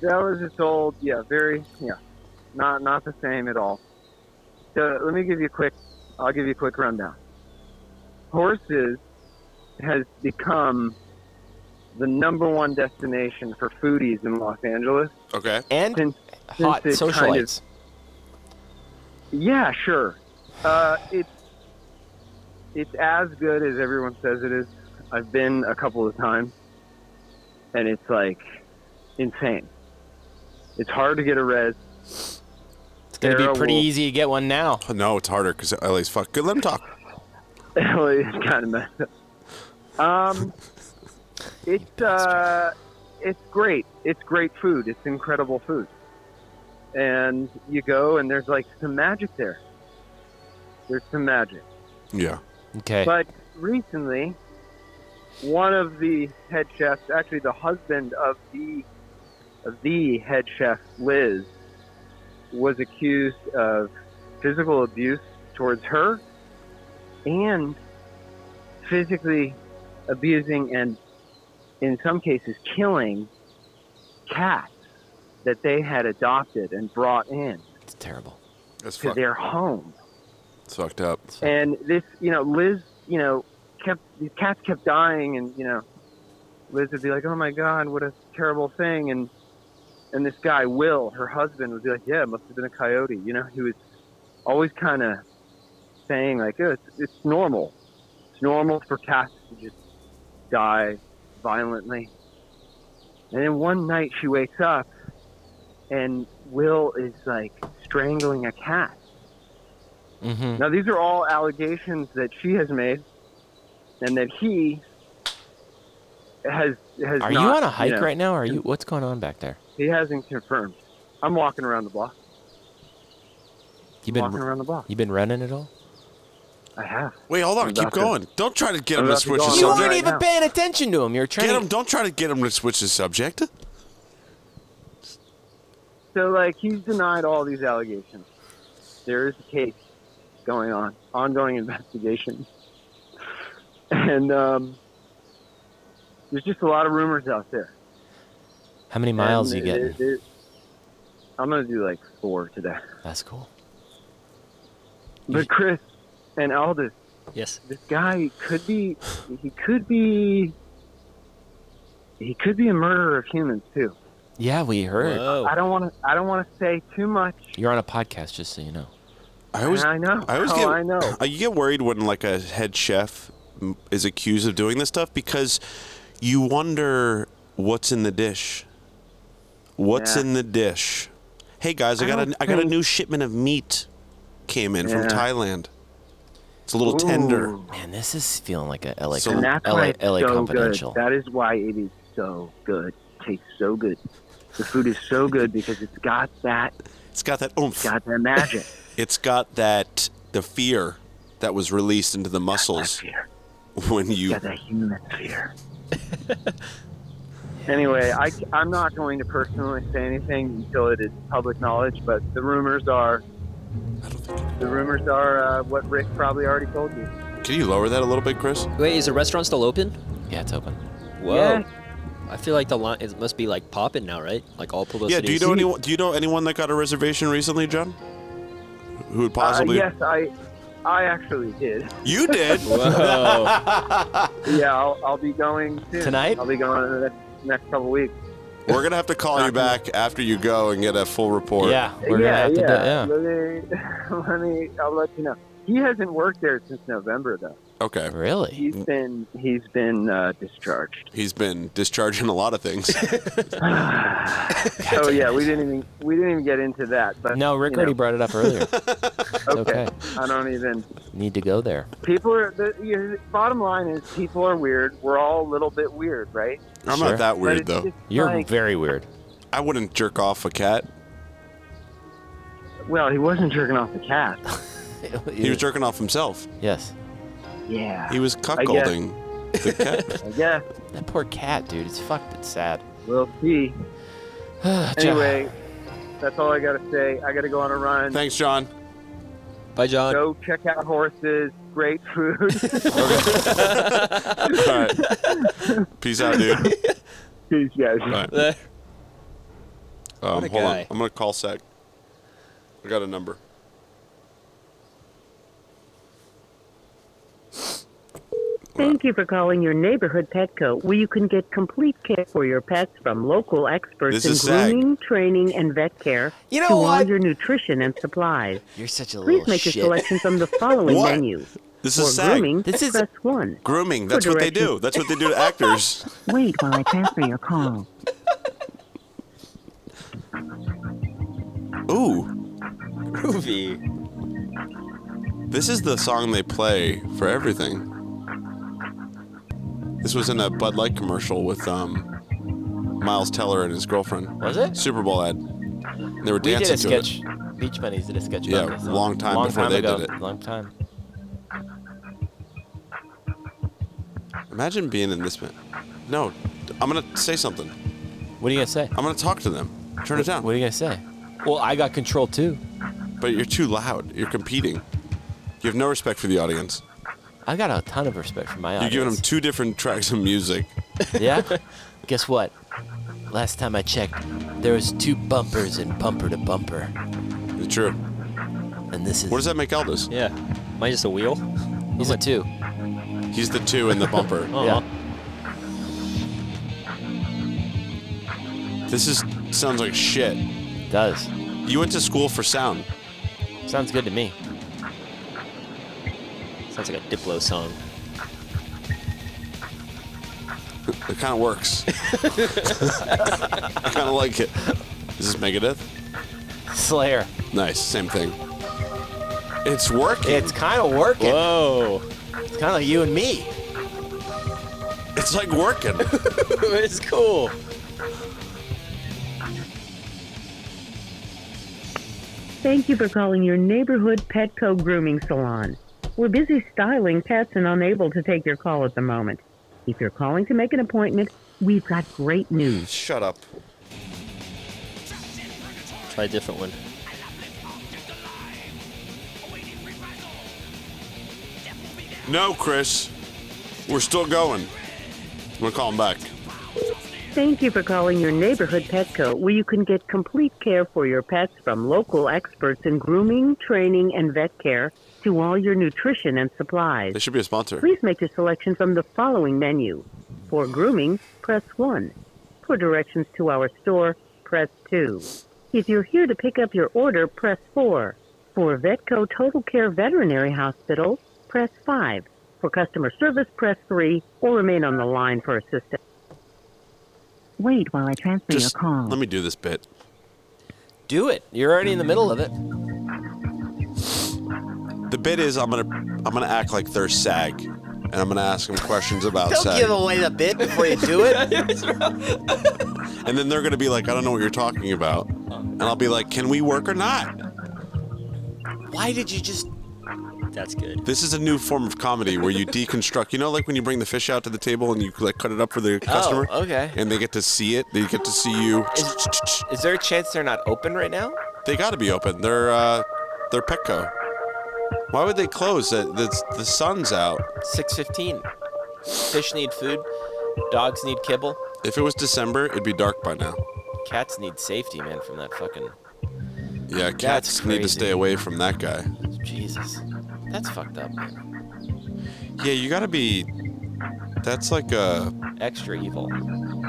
[SPEAKER 8] that was just old. Yeah, very yeah, not not the same at all. So let me give you a quick. I'll give you a quick rundown. Horses has become the number one destination for foodies in Los Angeles.
[SPEAKER 1] Okay.
[SPEAKER 2] and
[SPEAKER 8] Since, since
[SPEAKER 2] hot
[SPEAKER 8] it
[SPEAKER 2] socialites.
[SPEAKER 8] kind of Yeah, sure. Uh, it's it's as good as everyone says it is. I've been a couple of times, and it's like insane. It's hard to get a res.
[SPEAKER 2] it's gonna
[SPEAKER 8] Sarah
[SPEAKER 2] be pretty
[SPEAKER 8] will-
[SPEAKER 2] easy to get one now.
[SPEAKER 1] Oh, no, it's harder because LA's fuck. Good, let him talk.
[SPEAKER 8] it's kind of messed up. Um, it's uh, it's great. It's great food. It's incredible food. And you go, and there's like some magic there. There's some magic.
[SPEAKER 1] Yeah.
[SPEAKER 2] Okay.
[SPEAKER 8] But recently, one of the head chefs, actually the husband of the of the head chef Liz, was accused of physical abuse towards her and physically abusing and in some cases, killing cats that they had adopted and brought in
[SPEAKER 12] It's terrible.
[SPEAKER 1] That's
[SPEAKER 8] to their home.
[SPEAKER 1] It's fucked up.
[SPEAKER 8] And this, you know, Liz, you know, kept these cats kept dying, and you know, Liz would be like, "Oh my god, what a terrible thing!" And and this guy Will, her husband, would be like, "Yeah, it must have been a coyote." You know, he was always kind of saying like, oh, it's, "It's normal. It's normal for cats to just die violently." And then one night she wakes up, and Will is like strangling a cat.
[SPEAKER 12] Mm-hmm.
[SPEAKER 8] Now, these are all allegations that she has made, and that he has has.
[SPEAKER 12] Are you
[SPEAKER 8] not,
[SPEAKER 12] on a hike
[SPEAKER 8] know,
[SPEAKER 12] right now? Or are you? What's going on back there?
[SPEAKER 8] He hasn't confirmed. I'm walking around the block.
[SPEAKER 12] You been
[SPEAKER 8] Walking around the block.
[SPEAKER 12] You been running at all?
[SPEAKER 8] I have.
[SPEAKER 1] Wait, hold on. Keep going. Don't try to get him to switch the
[SPEAKER 12] You weren't
[SPEAKER 1] subject.
[SPEAKER 12] even paying attention to him. You're trying.
[SPEAKER 1] Get him. Don't try to get him to switch the subject.
[SPEAKER 8] So, like, he's denied all these allegations. There is a case going on, ongoing investigation, and um, there's just a lot of rumors out there.
[SPEAKER 12] How many miles
[SPEAKER 8] And
[SPEAKER 12] you
[SPEAKER 8] it-
[SPEAKER 12] getting?
[SPEAKER 8] it- it- I'm gonna do like four today.
[SPEAKER 12] That's cool.
[SPEAKER 8] But Chris and Aldous.
[SPEAKER 4] Yes.
[SPEAKER 8] This guy could be. He could be. He could be a murderer of humans too.
[SPEAKER 12] Yeah, we heard.
[SPEAKER 8] I don't want to. I don't want to say too much.
[SPEAKER 12] You're on a podcast, just so you know.
[SPEAKER 1] I always,
[SPEAKER 8] I know.
[SPEAKER 1] I always
[SPEAKER 8] Oh,
[SPEAKER 1] get,
[SPEAKER 8] I know.
[SPEAKER 1] uh, You get worried when like a head chef m- is accused of doing this stuff because you wonder what's in the dish. What's
[SPEAKER 2] Yeah.
[SPEAKER 1] in the dish? Hey guys, I,
[SPEAKER 2] I
[SPEAKER 1] got a
[SPEAKER 2] don't
[SPEAKER 1] I got a
[SPEAKER 2] think-
[SPEAKER 1] new shipment of meat came in from
[SPEAKER 2] Yeah.
[SPEAKER 1] Thailand. It's a little tender.
[SPEAKER 12] Man, this is feeling like a LA,
[SPEAKER 1] So-
[SPEAKER 12] con-
[SPEAKER 8] and that's
[SPEAKER 12] LA,
[SPEAKER 8] why it's
[SPEAKER 12] LA
[SPEAKER 8] so
[SPEAKER 12] confidential.
[SPEAKER 8] good. That is why it is so good. It tastes so good. The food is so good because it's got that.
[SPEAKER 1] It's got that oomph.
[SPEAKER 8] Got that magic.
[SPEAKER 1] It's got that the fear that was released into the muscles when you
[SPEAKER 8] got that human fear. Anyway, I, am not going to personally say anything until it is public knowledge, but the rumors are. The rumors are uh, what Rick probably already told you.
[SPEAKER 1] Can you lower that a little bit, Chris?
[SPEAKER 4] Wait, is the restaurant still open?
[SPEAKER 12] Yeah, it's open.
[SPEAKER 4] Whoa.
[SPEAKER 1] Yeah.
[SPEAKER 4] I feel like the line it must be like popping now, right? Like all publicity.
[SPEAKER 1] Yeah, do you
[SPEAKER 4] is-
[SPEAKER 1] know anyone? Do you know anyone that got a reservation recently, John? Who would possibly?
[SPEAKER 8] Uh, yes, I, I actually did.
[SPEAKER 1] You did?
[SPEAKER 8] yeah, I'll, I'll be going soon.
[SPEAKER 1] Tonight?
[SPEAKER 8] I'll be going in the next, next couple weeks.
[SPEAKER 1] We're gonna have to call you back after you go and get a full report.
[SPEAKER 12] Yeah,
[SPEAKER 8] yeah, yeah. Let me, let me, I'll let you know. He hasn't worked there since November, though.
[SPEAKER 1] Okay.
[SPEAKER 12] Really?
[SPEAKER 8] He's
[SPEAKER 1] Mm.
[SPEAKER 8] been he's been uh, discharged.
[SPEAKER 1] He's been discharging a lot of things.
[SPEAKER 8] so yeah, we didn't even we didn't even get into that. But
[SPEAKER 12] No, Rick
[SPEAKER 8] you know.
[SPEAKER 12] already brought it up earlier. It's okay.
[SPEAKER 8] I don't even.
[SPEAKER 12] Need to go there.
[SPEAKER 8] People are. The, you know, the bottom line is people are weird. We're all a little bit weird, right?
[SPEAKER 1] I'm
[SPEAKER 12] Sure.
[SPEAKER 1] not that
[SPEAKER 8] But
[SPEAKER 1] weird
[SPEAKER 8] it's
[SPEAKER 1] though.
[SPEAKER 8] just You're like-
[SPEAKER 12] very weird.
[SPEAKER 1] I wouldn't jerk off a cat.
[SPEAKER 8] Well, he wasn't jerking off the cat.
[SPEAKER 1] He was jerking off himself.
[SPEAKER 12] Yes.
[SPEAKER 8] Yeah.
[SPEAKER 1] He was cuckolding the cat.
[SPEAKER 8] I guess.
[SPEAKER 12] That poor cat, dude. It's fucked. It's sad.
[SPEAKER 8] We'll see.
[SPEAKER 12] anyway.
[SPEAKER 8] Anyway, that's all I gotta say. I gotta go on a run.
[SPEAKER 1] Thanks, John.
[SPEAKER 4] Bye, John.
[SPEAKER 8] Go check out horses. Great food.
[SPEAKER 1] All right. Peace out, dude. Um,
[SPEAKER 8] Peace, guys.
[SPEAKER 1] Right. Um,
[SPEAKER 4] What a
[SPEAKER 1] hold on.
[SPEAKER 4] guy.
[SPEAKER 1] I'm gonna call Sec. I got a number.
[SPEAKER 13] Thank you for calling your neighborhood Petco, where you can get complete care for your pets from local experts
[SPEAKER 2] This
[SPEAKER 13] in
[SPEAKER 2] is Sag.
[SPEAKER 13] grooming, training, and vet care
[SPEAKER 2] You know
[SPEAKER 13] to all
[SPEAKER 2] what?
[SPEAKER 13] your nutrition and supplies.
[SPEAKER 12] You're such a
[SPEAKER 13] Please
[SPEAKER 2] little
[SPEAKER 13] make
[SPEAKER 2] shit.
[SPEAKER 13] your selection from the following
[SPEAKER 1] What?
[SPEAKER 13] menu.
[SPEAKER 1] This
[SPEAKER 13] for
[SPEAKER 1] is Sag.
[SPEAKER 13] grooming,
[SPEAKER 1] This is-
[SPEAKER 13] press one.
[SPEAKER 1] Grooming.
[SPEAKER 13] For
[SPEAKER 1] That's what they
[SPEAKER 13] directions-
[SPEAKER 1] do. That's what they do to actors.
[SPEAKER 13] Wait while I transfer your call.
[SPEAKER 1] Ooh,
[SPEAKER 4] Groovy.
[SPEAKER 1] this is the song they play for everything. This was in a Bud Light commercial with um, Miles Teller and his girlfriend.
[SPEAKER 12] Was it?
[SPEAKER 1] Super Bowl ad? They
[SPEAKER 12] We
[SPEAKER 1] were
[SPEAKER 12] did
[SPEAKER 1] dancing
[SPEAKER 12] a
[SPEAKER 1] to
[SPEAKER 12] sketch.
[SPEAKER 1] it.
[SPEAKER 12] Beach Bunnies did a sketch.
[SPEAKER 1] Yeah,
[SPEAKER 12] about this.
[SPEAKER 1] long time
[SPEAKER 12] long
[SPEAKER 1] before
[SPEAKER 12] time
[SPEAKER 1] they
[SPEAKER 12] ago.
[SPEAKER 1] did it.
[SPEAKER 12] Long time.
[SPEAKER 1] Imagine being in this man. No, I'm gonna say something.
[SPEAKER 12] What are you gonna say?
[SPEAKER 1] I'm gonna talk to them. Turn it down.
[SPEAKER 12] What are you gonna say? Well, I got control too.
[SPEAKER 1] But you're too loud. You're competing. You have no respect for the audience.
[SPEAKER 12] I got a ton of respect for my
[SPEAKER 1] You're
[SPEAKER 12] audience.
[SPEAKER 1] giving them two different tracks of music.
[SPEAKER 2] yeah? Guess what? Last time I checked, there was two bumpers in bumper to bumper.
[SPEAKER 1] True.
[SPEAKER 2] And this is.
[SPEAKER 1] What does that make Elvis?
[SPEAKER 4] Yeah. Am I just a wheel?
[SPEAKER 2] He's a two.
[SPEAKER 1] He's the two in the bumper.
[SPEAKER 4] Uh-huh.
[SPEAKER 1] This is sounds like shit.
[SPEAKER 2] Does.
[SPEAKER 1] You went to school for sound.
[SPEAKER 2] Sounds good to me.
[SPEAKER 4] Sounds like a Diplo song.
[SPEAKER 1] It kind of works. I kind of like it. Is this Megadeth?
[SPEAKER 2] Slayer.
[SPEAKER 1] Nice, same thing. It's working.
[SPEAKER 2] It's kind of working.
[SPEAKER 4] Whoa.
[SPEAKER 2] It's kind of like you and me.
[SPEAKER 1] It's like working.
[SPEAKER 4] it's cool.
[SPEAKER 13] Thank you for calling your neighborhood Petco grooming salon. We're busy styling pets and unable to take your call at the moment. If you're calling to make an appointment, we've got great news.
[SPEAKER 1] Shut up.
[SPEAKER 4] Try a different one.
[SPEAKER 1] No, Chris. We're still going. I'm going to call him back.
[SPEAKER 13] Thank you for calling your neighborhood Petco, where you can get complete care for your pets from local experts in grooming, training, and vet care to all your nutrition and supplies.
[SPEAKER 1] They should be a sponsor.
[SPEAKER 13] Please make your selection from the following menu. For grooming, press 1. For directions to our store, press 2. If you're here to pick up your order, press 4. For Vetco Total Care Veterinary Hospital, press 5. For customer service, press 3 or remain on the line for assistance. Wait while I transfer
[SPEAKER 1] Just let me do this bit.
[SPEAKER 2] Do it. You're already in the middle of it.
[SPEAKER 1] The bit is I'm gonna I'm gonna act like they're SAG, and I'm gonna ask them questions about
[SPEAKER 2] Don't
[SPEAKER 1] SAG,
[SPEAKER 2] give away the bit before you do it.
[SPEAKER 1] and then they're gonna be like, I don't know what you're talking about, and I'll be like, Can we work or not?
[SPEAKER 2] Why did you just.
[SPEAKER 4] That's good.
[SPEAKER 1] This is a new form of comedy where you deconstruct. You know, like when you bring the fish out to the table and you like cut it up for the
[SPEAKER 4] Oh,
[SPEAKER 1] customer,
[SPEAKER 2] Oh, okay.
[SPEAKER 1] and they get to see it. They get to see you.
[SPEAKER 2] Is, is there a chance they're not open right now?
[SPEAKER 1] They got to be open. They're uh, they're Petco. Why would they close? The, the, the sun's out.
[SPEAKER 2] 6:15. Fish need food. Dogs need kibble.
[SPEAKER 1] If it was December, it'd be dark by now.
[SPEAKER 2] Cats need safety, man, from that fucking.
[SPEAKER 1] Yeah, cats need to stay away from that guy.
[SPEAKER 2] Jesus, that's fucked up, man.
[SPEAKER 1] Yeah, you gotta be. That's like a.
[SPEAKER 2] Extra evil.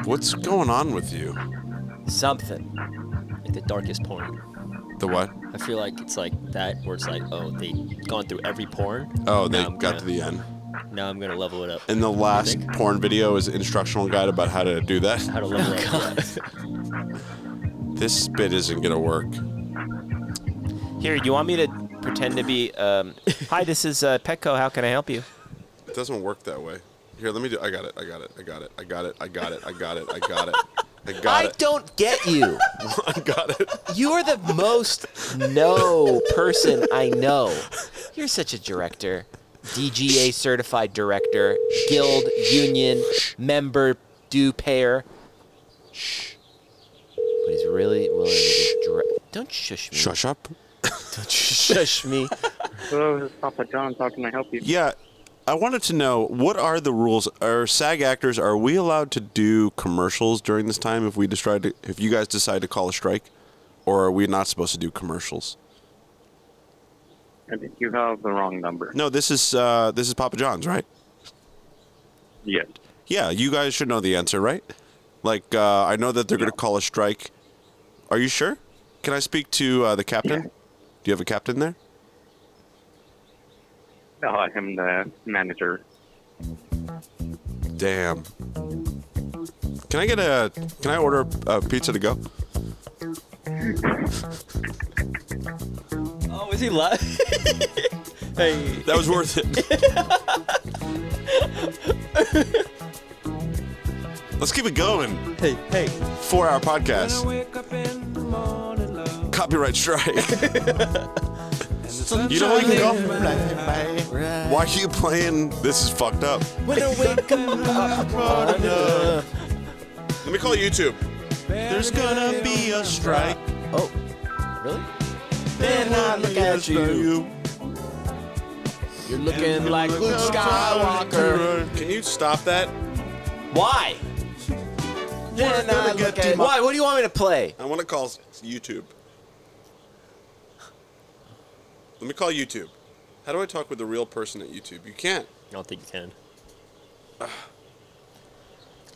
[SPEAKER 1] What's going on with you?
[SPEAKER 2] Something.
[SPEAKER 4] Like the darkest porn.
[SPEAKER 1] The what?
[SPEAKER 4] I feel like it's like that where it's like, oh, they gone through every porn.
[SPEAKER 1] Oh, they
[SPEAKER 4] Now I'm
[SPEAKER 1] got
[SPEAKER 4] gonna-
[SPEAKER 1] to the end.
[SPEAKER 4] Now I'm gonna level it up.
[SPEAKER 1] And the last porn video is an instructional guide about how to do that.
[SPEAKER 4] How to level up. yeah.
[SPEAKER 1] This bit isn't gonna work.
[SPEAKER 2] Here, you want me to pretend to be? Um, Hi, this is uh, Petco. How can I help you?
[SPEAKER 1] It doesn't work that way. Here, let me do. I got it. I got it. I got it. I got it. I got it. I got it. I got it. I got
[SPEAKER 2] I
[SPEAKER 1] it.
[SPEAKER 2] don't get you.
[SPEAKER 1] I got it.
[SPEAKER 2] You are the most no person I know. You're such a director. DGA certified director, guild, union, member, due payer. But he's really willing to direct. Don't shush me.
[SPEAKER 1] Shush up.
[SPEAKER 2] Don't shush me.
[SPEAKER 8] Hello, this is Papa John. How can I help you?
[SPEAKER 1] Yeah, I wanted to know what are the rules? Are SAG actors are we allowed to do commercials during this time if we decide to, if you guys decide to call a strike, or are we not supposed to do commercials?
[SPEAKER 6] I think you have the wrong number.
[SPEAKER 1] No, this is uh, this is Papa John's, right?
[SPEAKER 6] Yes.
[SPEAKER 1] Yeah, you guys should know the answer, right? Like, uh, I know that they're going to call a strike. Are you sure? Can I speak to uh, the captain? Do you have a captain there?
[SPEAKER 6] No, I am the manager.
[SPEAKER 1] Damn. Can I get a? Can I order a pizza to go?
[SPEAKER 4] Oh, was he live? hey.
[SPEAKER 1] That was worth it. Let's keep it going.
[SPEAKER 4] Hey, hey.
[SPEAKER 1] Four hour podcast. Copyright strike. you know what you can go? Why are you playing? This is fucked up.
[SPEAKER 2] When I wake up,
[SPEAKER 1] Let me call YouTube.
[SPEAKER 5] There's gonna be a strike.
[SPEAKER 2] Oh, really?
[SPEAKER 5] Then I look at you.
[SPEAKER 2] You're looking like
[SPEAKER 5] Luke Skywalker.
[SPEAKER 1] Can you stop that?
[SPEAKER 12] Why? Then I look at- Why? What do you want me to play?
[SPEAKER 1] I want to call s- YouTube. Let me call YouTube. How do I talk with a real person at YouTube? You can't.
[SPEAKER 4] I don't think you can.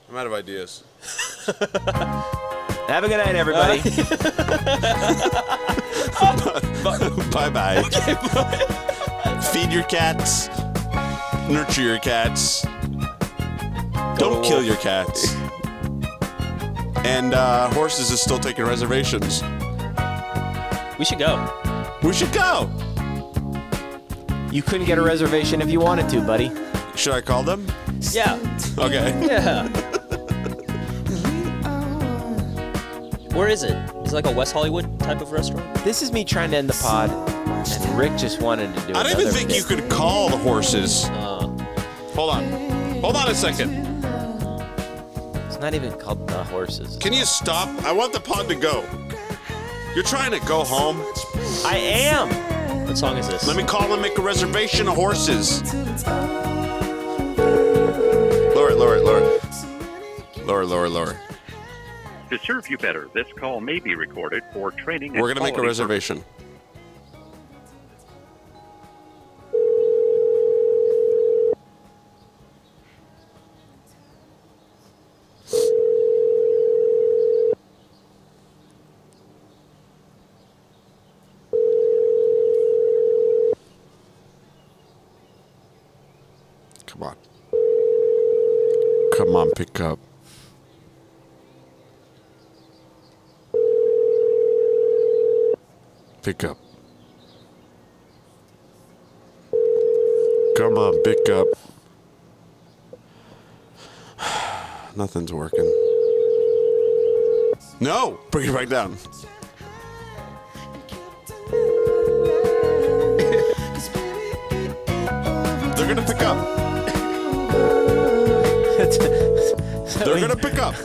[SPEAKER 1] I'm out of ideas.
[SPEAKER 12] Have a good night, everybody.
[SPEAKER 1] Uh, bye bye. Feed your cats. Nurture your cats. Don't kill your cats. And uh, horses is still taking reservations.
[SPEAKER 4] We should go.
[SPEAKER 1] We should go.
[SPEAKER 12] You couldn't get a reservation if you wanted to, buddy.
[SPEAKER 1] Should I call them?
[SPEAKER 4] Yeah.
[SPEAKER 1] Okay.
[SPEAKER 4] Yeah. Where is it? Is it like a West Hollywood type of restaurant?
[SPEAKER 12] This is me trying to end the pod, and Rick just wanted to do it.
[SPEAKER 1] I don't even think you could call the horses. Hold on. Hold on a second.
[SPEAKER 12] It's not even called the horses.
[SPEAKER 1] Can you stop? I want the pod to go. You're trying to go home.
[SPEAKER 12] I am.
[SPEAKER 4] What song is this?
[SPEAKER 1] Let me call and make a reservation of horses. Lower it, lower it, lower it. Lower, lower, lower.
[SPEAKER 14] To serve you better, this call may be recorded for training.
[SPEAKER 1] We're going to make a reservation. Come on. Come on, pick up. Pick up. Come on, pick up. Nothing's working. No! Bring it back down. They're gonna pick up. They're gonna pick up.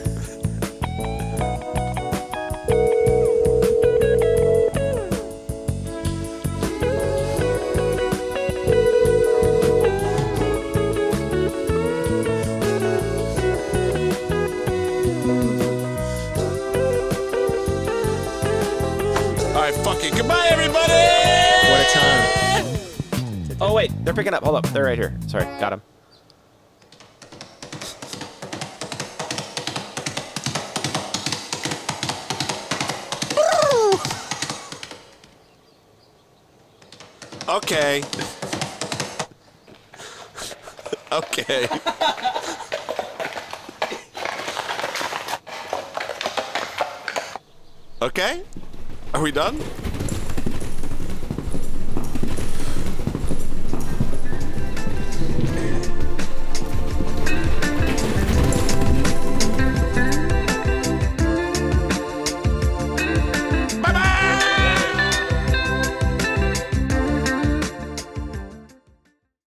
[SPEAKER 1] All right, fuck it. Goodbye, everybody. What
[SPEAKER 4] a time.
[SPEAKER 12] Oh wait, they're picking up. Hold up, they're right here. Sorry, got him.
[SPEAKER 1] Okay. okay. okay? Are we done?